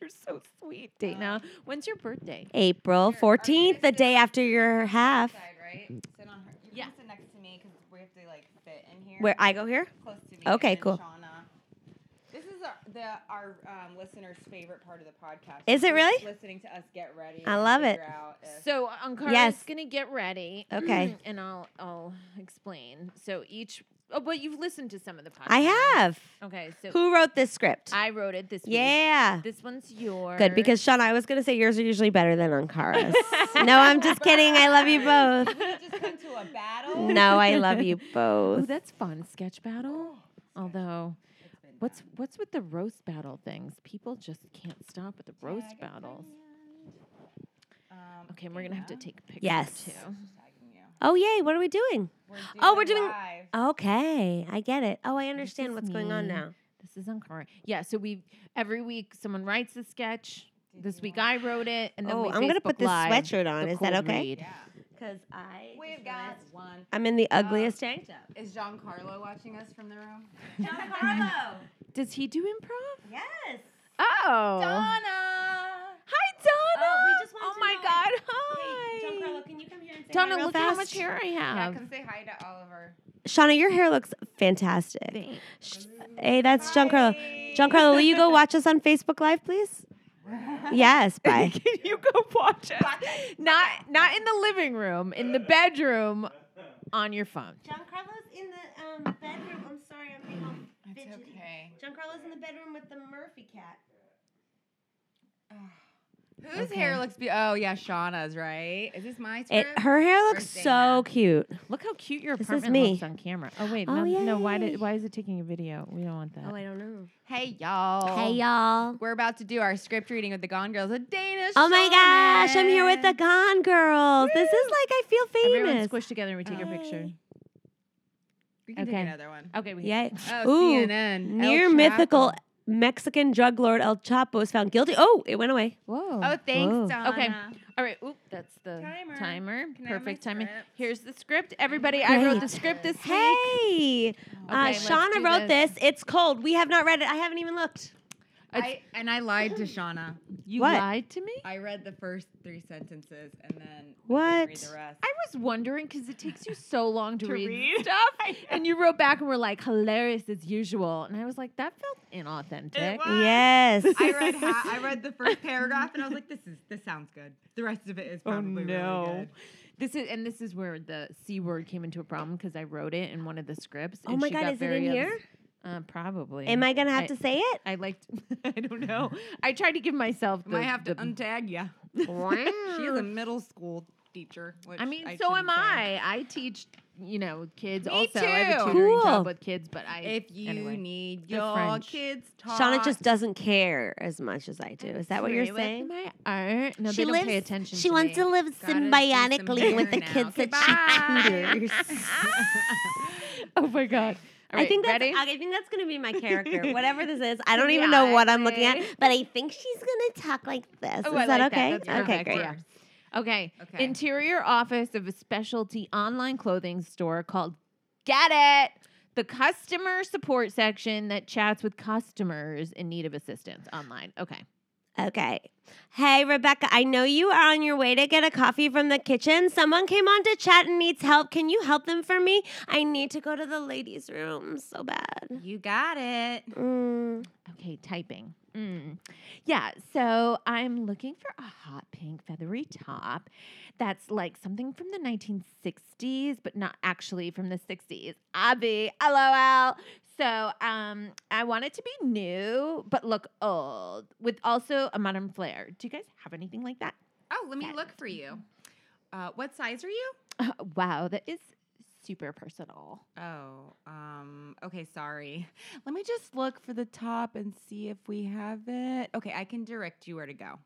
[SPEAKER 5] You're so sweet, Dana. When's your birthday?
[SPEAKER 4] April 14th, the day after your half.
[SPEAKER 3] Side, right? Sit on her. You yeah. can sit next to me because we have to like fit in here.
[SPEAKER 4] Where I go here?
[SPEAKER 3] close to me.
[SPEAKER 4] Okay,
[SPEAKER 3] and then
[SPEAKER 4] cool.
[SPEAKER 3] Shauna. This is our, the our um, listeners' favorite part of the podcast.
[SPEAKER 4] Is it
[SPEAKER 3] just
[SPEAKER 4] really?
[SPEAKER 3] Listening to us get ready.
[SPEAKER 4] I
[SPEAKER 3] and
[SPEAKER 4] love it.
[SPEAKER 3] figure out if-
[SPEAKER 5] So Ankara's
[SPEAKER 4] Yes.
[SPEAKER 5] gonna get ready.
[SPEAKER 4] Okay.
[SPEAKER 5] And I'll I'll explain. So each. Oh, but you've listened to some of the podcasts.
[SPEAKER 4] I have.
[SPEAKER 5] Okay, so
[SPEAKER 4] Who wrote this script?
[SPEAKER 5] I wrote it this week.
[SPEAKER 4] yeah.
[SPEAKER 5] This one's yours.
[SPEAKER 4] Good, because Sean, I was going to say yours are usually better than Ankara's. no, I'm just kidding. I love you both.
[SPEAKER 3] We just come to a battle.
[SPEAKER 4] No, I love you
[SPEAKER 5] Oh,
[SPEAKER 4] both.
[SPEAKER 5] that's fun. Sketch battle. Although, what's what's with the roast battle things? People just can't stop with the roast battles.
[SPEAKER 3] Um,
[SPEAKER 5] Okay, and we're gonna have to
[SPEAKER 3] Anna,
[SPEAKER 5] take pictures
[SPEAKER 4] Yes.
[SPEAKER 5] too.
[SPEAKER 3] Um, tagging you.
[SPEAKER 4] Oh, yay. What are we doing? Oh, we're
[SPEAKER 3] it
[SPEAKER 4] doing-
[SPEAKER 3] live.
[SPEAKER 4] Okay. I get it. Oh, I
[SPEAKER 5] This
[SPEAKER 4] understand
[SPEAKER 5] is
[SPEAKER 4] what's going on
[SPEAKER 5] me.
[SPEAKER 4] now.
[SPEAKER 5] This is uncommon. Yeah, so we every week someone writes the sketch. This week I wrote it, and then
[SPEAKER 4] Oh,
[SPEAKER 5] we
[SPEAKER 4] I'm going to
[SPEAKER 5] Facebook
[SPEAKER 4] put this
[SPEAKER 5] Live
[SPEAKER 4] sweatshirt on.
[SPEAKER 5] the
[SPEAKER 4] Is that
[SPEAKER 5] cold
[SPEAKER 4] okay?
[SPEAKER 5] read.
[SPEAKER 3] Yeah.
[SPEAKER 4] Because I.
[SPEAKER 3] We've got one.
[SPEAKER 4] I'm in the ugliest tank top.
[SPEAKER 3] Is Giancarlo watching us from the room?
[SPEAKER 5] Does he do improv?
[SPEAKER 4] Yes.
[SPEAKER 5] Oh,
[SPEAKER 3] Donna!
[SPEAKER 5] hi Donna.
[SPEAKER 4] Oh, we just wanted
[SPEAKER 5] Oh
[SPEAKER 4] to
[SPEAKER 5] my
[SPEAKER 4] know-
[SPEAKER 5] God,
[SPEAKER 4] Hey,
[SPEAKER 5] hi.
[SPEAKER 4] Giancarlo, can you come here and say hi
[SPEAKER 5] Donna,
[SPEAKER 4] real
[SPEAKER 5] look
[SPEAKER 4] fast?
[SPEAKER 5] how much hair I
[SPEAKER 3] Yeah,
[SPEAKER 5] have.
[SPEAKER 3] come say hi to Oliver.
[SPEAKER 4] Shauna, your hair looks fantastic. Sh- Hey, that's Giancarlo. Giancarlo, will you go watch us on Facebook Live, please? yes, bye.
[SPEAKER 5] Can you go watch it? Not not in the living room, in the bedroom, on your phone.
[SPEAKER 4] Giancarlo's in the um, bedroom. I'm sorry, I'm being all
[SPEAKER 3] It's okay.
[SPEAKER 4] Giancarlo's in the bedroom with the Murphy cat.
[SPEAKER 3] Whose hair looks be- Oh, yeah, Shauna's, right? Is this my
[SPEAKER 4] It,
[SPEAKER 3] script?
[SPEAKER 4] her hair looks
[SPEAKER 3] Birthday
[SPEAKER 4] so
[SPEAKER 3] hat.
[SPEAKER 4] cute.
[SPEAKER 5] Look how cute your
[SPEAKER 4] This is
[SPEAKER 5] apartment
[SPEAKER 4] me.
[SPEAKER 5] looks on camera. Oh wait,
[SPEAKER 4] Oh,
[SPEAKER 5] no, no. Why
[SPEAKER 4] yay. Oh,
[SPEAKER 5] did why is it taking a video? We Oh, don't want that.
[SPEAKER 4] I don't know.
[SPEAKER 3] Hey, y'all.
[SPEAKER 4] Hey, y'all.
[SPEAKER 3] We're about to do our script reading with the Gone Girls, a Danish.
[SPEAKER 4] Oh my gosh, I'm here with the Gone Girls. This is like I feel
[SPEAKER 5] Everyone
[SPEAKER 4] famous.
[SPEAKER 5] squish together and we take a picture.
[SPEAKER 4] Yay.
[SPEAKER 3] We can
[SPEAKER 5] Okay.
[SPEAKER 3] take another one.
[SPEAKER 5] Okay, we
[SPEAKER 4] Yay.
[SPEAKER 3] Oh,
[SPEAKER 4] Ooh,
[SPEAKER 3] CNN.
[SPEAKER 4] near
[SPEAKER 3] El
[SPEAKER 4] mythical
[SPEAKER 3] Chapo.
[SPEAKER 4] Mexican drug lord El Chapo is found guilty. Oh, it went away.
[SPEAKER 5] Whoa.
[SPEAKER 3] Oh, thanks,
[SPEAKER 4] Whoa.
[SPEAKER 3] Donna.
[SPEAKER 5] Okay. All right. Oop, that's the
[SPEAKER 3] Timer.
[SPEAKER 5] timer.
[SPEAKER 3] Can I have my
[SPEAKER 5] Perfect timing.
[SPEAKER 3] script?
[SPEAKER 5] Here's the script. Everybody, I wrote the
[SPEAKER 4] Great.
[SPEAKER 5] script this week.
[SPEAKER 4] Hey, uh,
[SPEAKER 5] let's
[SPEAKER 4] Shauna
[SPEAKER 5] do
[SPEAKER 4] wrote this. It's cold. We have not read it. I haven't even looked.
[SPEAKER 3] I, and I lied to Shauna.
[SPEAKER 5] You
[SPEAKER 4] What?
[SPEAKER 5] lied to me.
[SPEAKER 3] I read the first three sentences and then I
[SPEAKER 4] What?
[SPEAKER 3] didn't read the rest.
[SPEAKER 5] I was wondering because it takes you so long to, read, stuff, and you wrote back and were like, "Hilarious as usual," and I was like, "That felt inauthentic."
[SPEAKER 3] was.
[SPEAKER 4] Yes.
[SPEAKER 3] I read ha- I read the first paragraph and I was like, this is this sounds good. The rest of it
[SPEAKER 4] Oh,
[SPEAKER 3] is probably really good.
[SPEAKER 5] This is and this is where the c word came into a problem because I wrote it in one of the scripts.
[SPEAKER 4] Oh
[SPEAKER 5] and
[SPEAKER 4] my
[SPEAKER 5] she
[SPEAKER 4] God,
[SPEAKER 5] got
[SPEAKER 4] is it in
[SPEAKER 5] very ups-
[SPEAKER 4] here?
[SPEAKER 5] Uh, probably.
[SPEAKER 4] Am I gonna have
[SPEAKER 5] I-
[SPEAKER 4] to say it?
[SPEAKER 5] I liked. I don't know. I tried to give myself. The,
[SPEAKER 3] Might have to
[SPEAKER 5] the-
[SPEAKER 3] untag you. She's a middle school teacher. Which
[SPEAKER 5] I mean,
[SPEAKER 3] I
[SPEAKER 5] so am
[SPEAKER 3] shouldn't say.
[SPEAKER 5] I. I teach, you know, kids.
[SPEAKER 3] Me
[SPEAKER 5] also, I have
[SPEAKER 3] too.
[SPEAKER 5] a tutoring
[SPEAKER 4] Cool.
[SPEAKER 5] job with kids, but I.
[SPEAKER 3] If you
[SPEAKER 5] anyway.
[SPEAKER 3] need
[SPEAKER 5] They're
[SPEAKER 3] your
[SPEAKER 5] French.
[SPEAKER 3] kids taught,
[SPEAKER 4] Shauna just doesn't care as much as I do. Is that what you're
[SPEAKER 5] Play with
[SPEAKER 4] saying?
[SPEAKER 5] My art. No, they don't pay attention.
[SPEAKER 4] She
[SPEAKER 5] to
[SPEAKER 4] wants
[SPEAKER 5] me.
[SPEAKER 4] to live
[SPEAKER 3] Gotta do some
[SPEAKER 4] symbiotically with the
[SPEAKER 3] hair now.
[SPEAKER 4] kids
[SPEAKER 3] Okay,
[SPEAKER 4] that she
[SPEAKER 3] bye.
[SPEAKER 4] tutors.
[SPEAKER 5] oh my god! All
[SPEAKER 4] I
[SPEAKER 5] right,
[SPEAKER 4] think that's
[SPEAKER 5] ready?
[SPEAKER 4] I think that's gonna be my character. Whatever this is, I don't even know what I'm looking at, but I think she's gonna talk like this.
[SPEAKER 5] Oh,
[SPEAKER 4] is
[SPEAKER 5] I
[SPEAKER 4] that
[SPEAKER 5] like
[SPEAKER 4] okay?
[SPEAKER 5] That's
[SPEAKER 4] okay,
[SPEAKER 5] perfect.
[SPEAKER 4] great.
[SPEAKER 5] Yeah. Okay.
[SPEAKER 3] Okay.
[SPEAKER 5] Interior office of a specialty online clothing store called Get It. The customer support section that chats with customers in need of assistance online. Okay.
[SPEAKER 4] Okay. Hey, Rebecca, I know you are on your way to get a coffee from the kitchen. Someone came on to chat and needs help. Can you help them for me? I need to go to the ladies' room so bad.
[SPEAKER 3] you got it.
[SPEAKER 4] Mm.
[SPEAKER 5] Okay, typing. Mm. Yeah, so I'm looking for a hot pink feathery top that's like something from the 1960s, but not actually from the 60s. Abby, lol. So um, I want it to be new, but look old with also a modern flair. Do you guys have anything like that?
[SPEAKER 3] Oh, let me look for you. Uh, what size are you?
[SPEAKER 5] wow, that is super personal.
[SPEAKER 3] Oh, um, okay, sorry. Let me just look for the top and see if we have it. Okay, I can direct you where to go.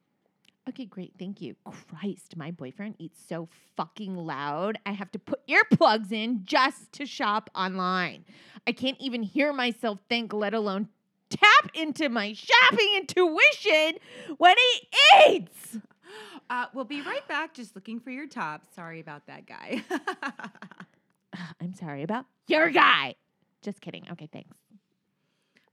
[SPEAKER 5] Okay, great. Thank you. Christ, my boyfriend eats so fucking loud. I have to put earplugs in just to shop online. I can't even hear myself think, let alone tap into my shopping intuition when he eats.
[SPEAKER 3] Uh, we'll be right back just looking for your top. Sorry about that guy.
[SPEAKER 5] Uh, I'm sorry about your guy. Just kidding. Okay, thanks.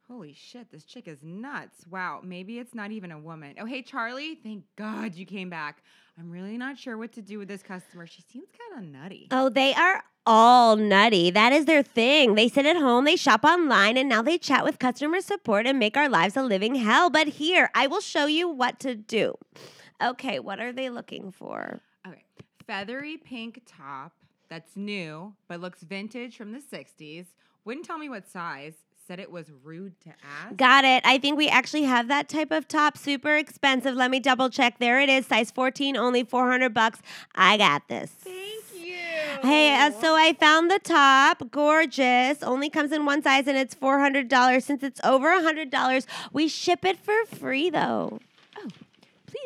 [SPEAKER 3] Holy shit, this chick is nuts. Wow, maybe it's not even a woman. Oh, hey, Charlie, thank God you came back. I'm really not sure what to do with this customer. She seems kind of nutty.
[SPEAKER 4] Oh, they are all nutty. That is their thing. They sit at home, they shop online, and now they chat with customer support and make our lives a living hell. But here, I will show you what to do. Okay, what are they looking for?
[SPEAKER 3] Okay, feathery pink top that's new but looks vintage from the 60s. Wouldn't tell me what size. Said it was rude to ask.
[SPEAKER 4] Got it. I think we actually have that type of top. Super expensive. Let me double check. There it is. Size 14, only 400 bucks. I got this.
[SPEAKER 3] Thank you.
[SPEAKER 4] Hey, uh, so I found the top. Gorgeous. Only comes in one size and it's $400. Since it's over $100, we ship it for free though.
[SPEAKER 5] Please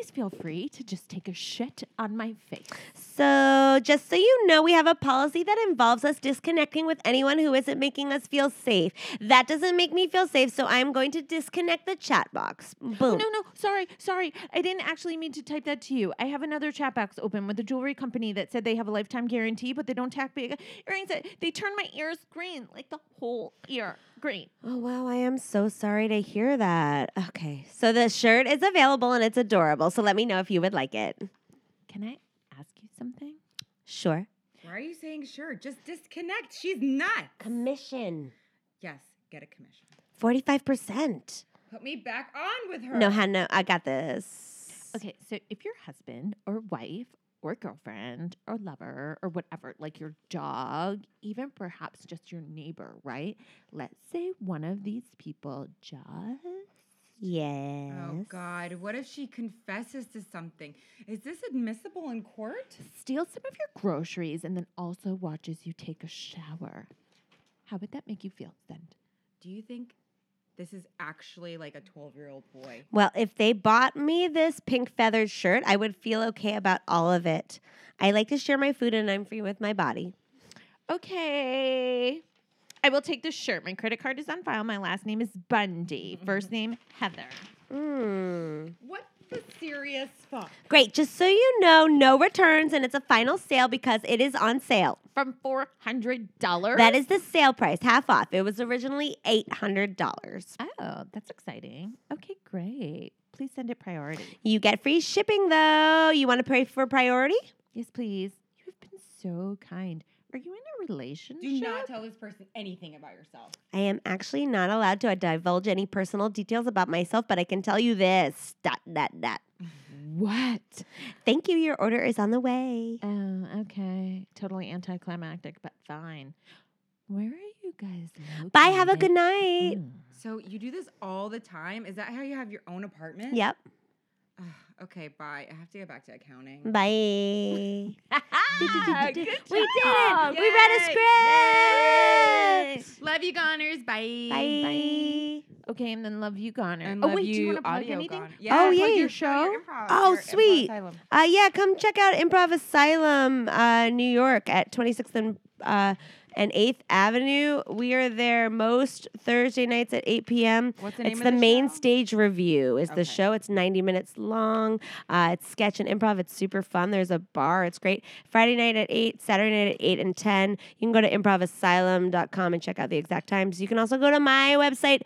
[SPEAKER 5] please feel free to just take a shit on my face.
[SPEAKER 4] So, just so you know, we have a policy that involves us disconnecting with anyone who isn't making us feel safe. That doesn't make me feel safe, so I'm going to disconnect the chat box. Boom.
[SPEAKER 5] No, no, sorry, sorry. I didn't actually mean to type that to you. I have another chat box open with a jewelry company that said they have a lifetime guarantee, but they don't tack big earrings. That They turn my ears green, like the whole ear green.
[SPEAKER 4] Oh, wow. I am so sorry to hear that. Okay. So, the shirt is available and it's adorable. So, let me know if you would like it.
[SPEAKER 5] Can I ask you something?
[SPEAKER 4] Sure.
[SPEAKER 3] Why are you saying sure? Just disconnect. She's not.
[SPEAKER 4] Commission
[SPEAKER 3] Yes, get a commission.
[SPEAKER 4] 45%.
[SPEAKER 3] Put me back on with her.
[SPEAKER 4] No, Hannah, I got this.
[SPEAKER 5] Okay, so if your husband or wife or girlfriend or lover or whatever, like your dog, even perhaps just your neighbor, right? Let's say one of these people just.
[SPEAKER 4] Yes.
[SPEAKER 3] Oh God! What if she confesses to something? Is this admissible in court?
[SPEAKER 5] Steals some of your groceries and then also watches you take a shower. How would that make you feel, then?
[SPEAKER 3] Do you think this is actually like a twelve-year-old boy?
[SPEAKER 4] Well, if they bought me this pink feathered shirt, I would feel okay about all of it. I like to share my food and I'm free with my body.
[SPEAKER 5] Okay. I will take this shirt. My credit card is on file. My last name is Bundy. First name, Heather.
[SPEAKER 4] Mm.
[SPEAKER 3] What the serious fuck?
[SPEAKER 4] Great. Just so you know, no returns and it's a final sale because it is on sale.
[SPEAKER 5] From $400.
[SPEAKER 4] That is the sale price, half off. It was originally $800.
[SPEAKER 5] Oh, that's exciting. Okay, great. Please send it priority.
[SPEAKER 4] You get free shipping though. You want to pay for priority?
[SPEAKER 5] Yes, please. You have been so kind. Are you in a relationship?
[SPEAKER 3] Do not tell this person anything about yourself.
[SPEAKER 4] I am actually not allowed to divulge any personal details about myself, but I can tell you this. Dot, dot, dot.
[SPEAKER 5] What?
[SPEAKER 4] Thank you. Your order is on the way.
[SPEAKER 5] Oh, okay. Totally anticlimactic, but fine. Where are you guys?
[SPEAKER 4] Bye. Have a good
[SPEAKER 5] located?
[SPEAKER 4] night.
[SPEAKER 5] Mm.
[SPEAKER 3] So you do this all the time? Is that how you have your own apartment?
[SPEAKER 4] Yep.
[SPEAKER 3] Ugh, okay, bye. I have to get back to accounting.
[SPEAKER 4] Bye.
[SPEAKER 5] Ah,
[SPEAKER 4] we did
[SPEAKER 5] good
[SPEAKER 4] it. We
[SPEAKER 5] job.
[SPEAKER 4] read a script.
[SPEAKER 3] Love you, goners. Bye.
[SPEAKER 4] Bye.
[SPEAKER 5] Okay, and then love you, Goner.
[SPEAKER 3] And
[SPEAKER 5] oh
[SPEAKER 3] love
[SPEAKER 5] wait, do you
[SPEAKER 3] you,
[SPEAKER 5] want to plug
[SPEAKER 3] audio
[SPEAKER 5] anything?
[SPEAKER 3] goner. Yeah,
[SPEAKER 4] Oh,
[SPEAKER 3] plug
[SPEAKER 4] yeah,
[SPEAKER 3] your
[SPEAKER 4] your
[SPEAKER 3] show.
[SPEAKER 4] show?
[SPEAKER 3] Your improv,
[SPEAKER 4] Oh,
[SPEAKER 3] your improv
[SPEAKER 4] sweet.
[SPEAKER 3] asylum.
[SPEAKER 4] Uh, yeah, come check out Improv Asylum, uh, New York at 26th and uh, and 8th Avenue. We are there most Thursday nights at 8 p.m.
[SPEAKER 3] What's the name
[SPEAKER 4] It's
[SPEAKER 3] of
[SPEAKER 4] the
[SPEAKER 3] the
[SPEAKER 4] main
[SPEAKER 3] show?
[SPEAKER 4] stage review is
[SPEAKER 3] Okay.
[SPEAKER 4] the show. It's 90 minutes long. Uh, it's sketch and improv. It's super fun. There's a bar. It's great. Friday night at 8, Saturday night at 8 and 10. You can go to improvasylum.com and check out the exact times. You can also go to my website,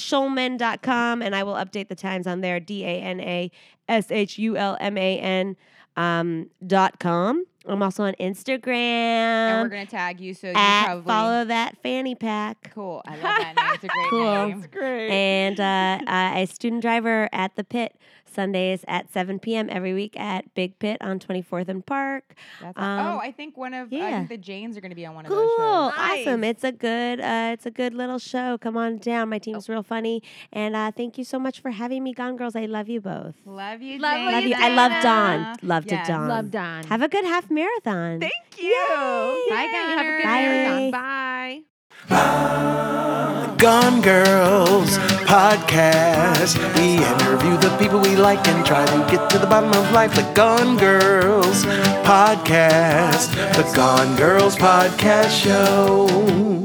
[SPEAKER 4] danashulman.com, and I will update the times on there, D-A-N-A-S-H-U-L-M-A-N um, dot com. I'm also on
[SPEAKER 3] and we're
[SPEAKER 4] Instagram
[SPEAKER 3] gonna tag you, so you
[SPEAKER 4] at
[SPEAKER 3] probably
[SPEAKER 4] Follow That Fanny Pack.
[SPEAKER 3] Cool. I love that name. It's a great
[SPEAKER 4] Cool.
[SPEAKER 3] name.
[SPEAKER 4] and uh, I I student driver at the pit Sundays at 7 p.m. every week at Big Pit on 24th and Park.
[SPEAKER 3] That's
[SPEAKER 4] Um,
[SPEAKER 3] oh, I think one of I
[SPEAKER 4] yeah.
[SPEAKER 3] think the Janes are gonna be on one of
[SPEAKER 4] Cool,
[SPEAKER 3] those shows.
[SPEAKER 4] awesome! It's a good, uh, it's a good little show. Come on down, my team's
[SPEAKER 3] Oh.
[SPEAKER 4] real funny, and uh, thank you so much for having me, Gone Girls. I love you both.
[SPEAKER 3] Love you,
[SPEAKER 5] Love
[SPEAKER 3] Janes.
[SPEAKER 5] what
[SPEAKER 4] Love you.
[SPEAKER 5] you,
[SPEAKER 4] I love
[SPEAKER 3] Dana.
[SPEAKER 4] Dawn. Love
[SPEAKER 3] Yes.
[SPEAKER 4] to Dawn.
[SPEAKER 5] Love Don.
[SPEAKER 4] Have a good half marathon.
[SPEAKER 5] Thank you.
[SPEAKER 4] Bye,
[SPEAKER 5] Have a good
[SPEAKER 4] Bye.
[SPEAKER 5] marathon. Bye.
[SPEAKER 1] Gone Girls podcast. We interview the people we like and try to get to the bottom of life. The Gone Girls podcast. The Gone Girls podcast show.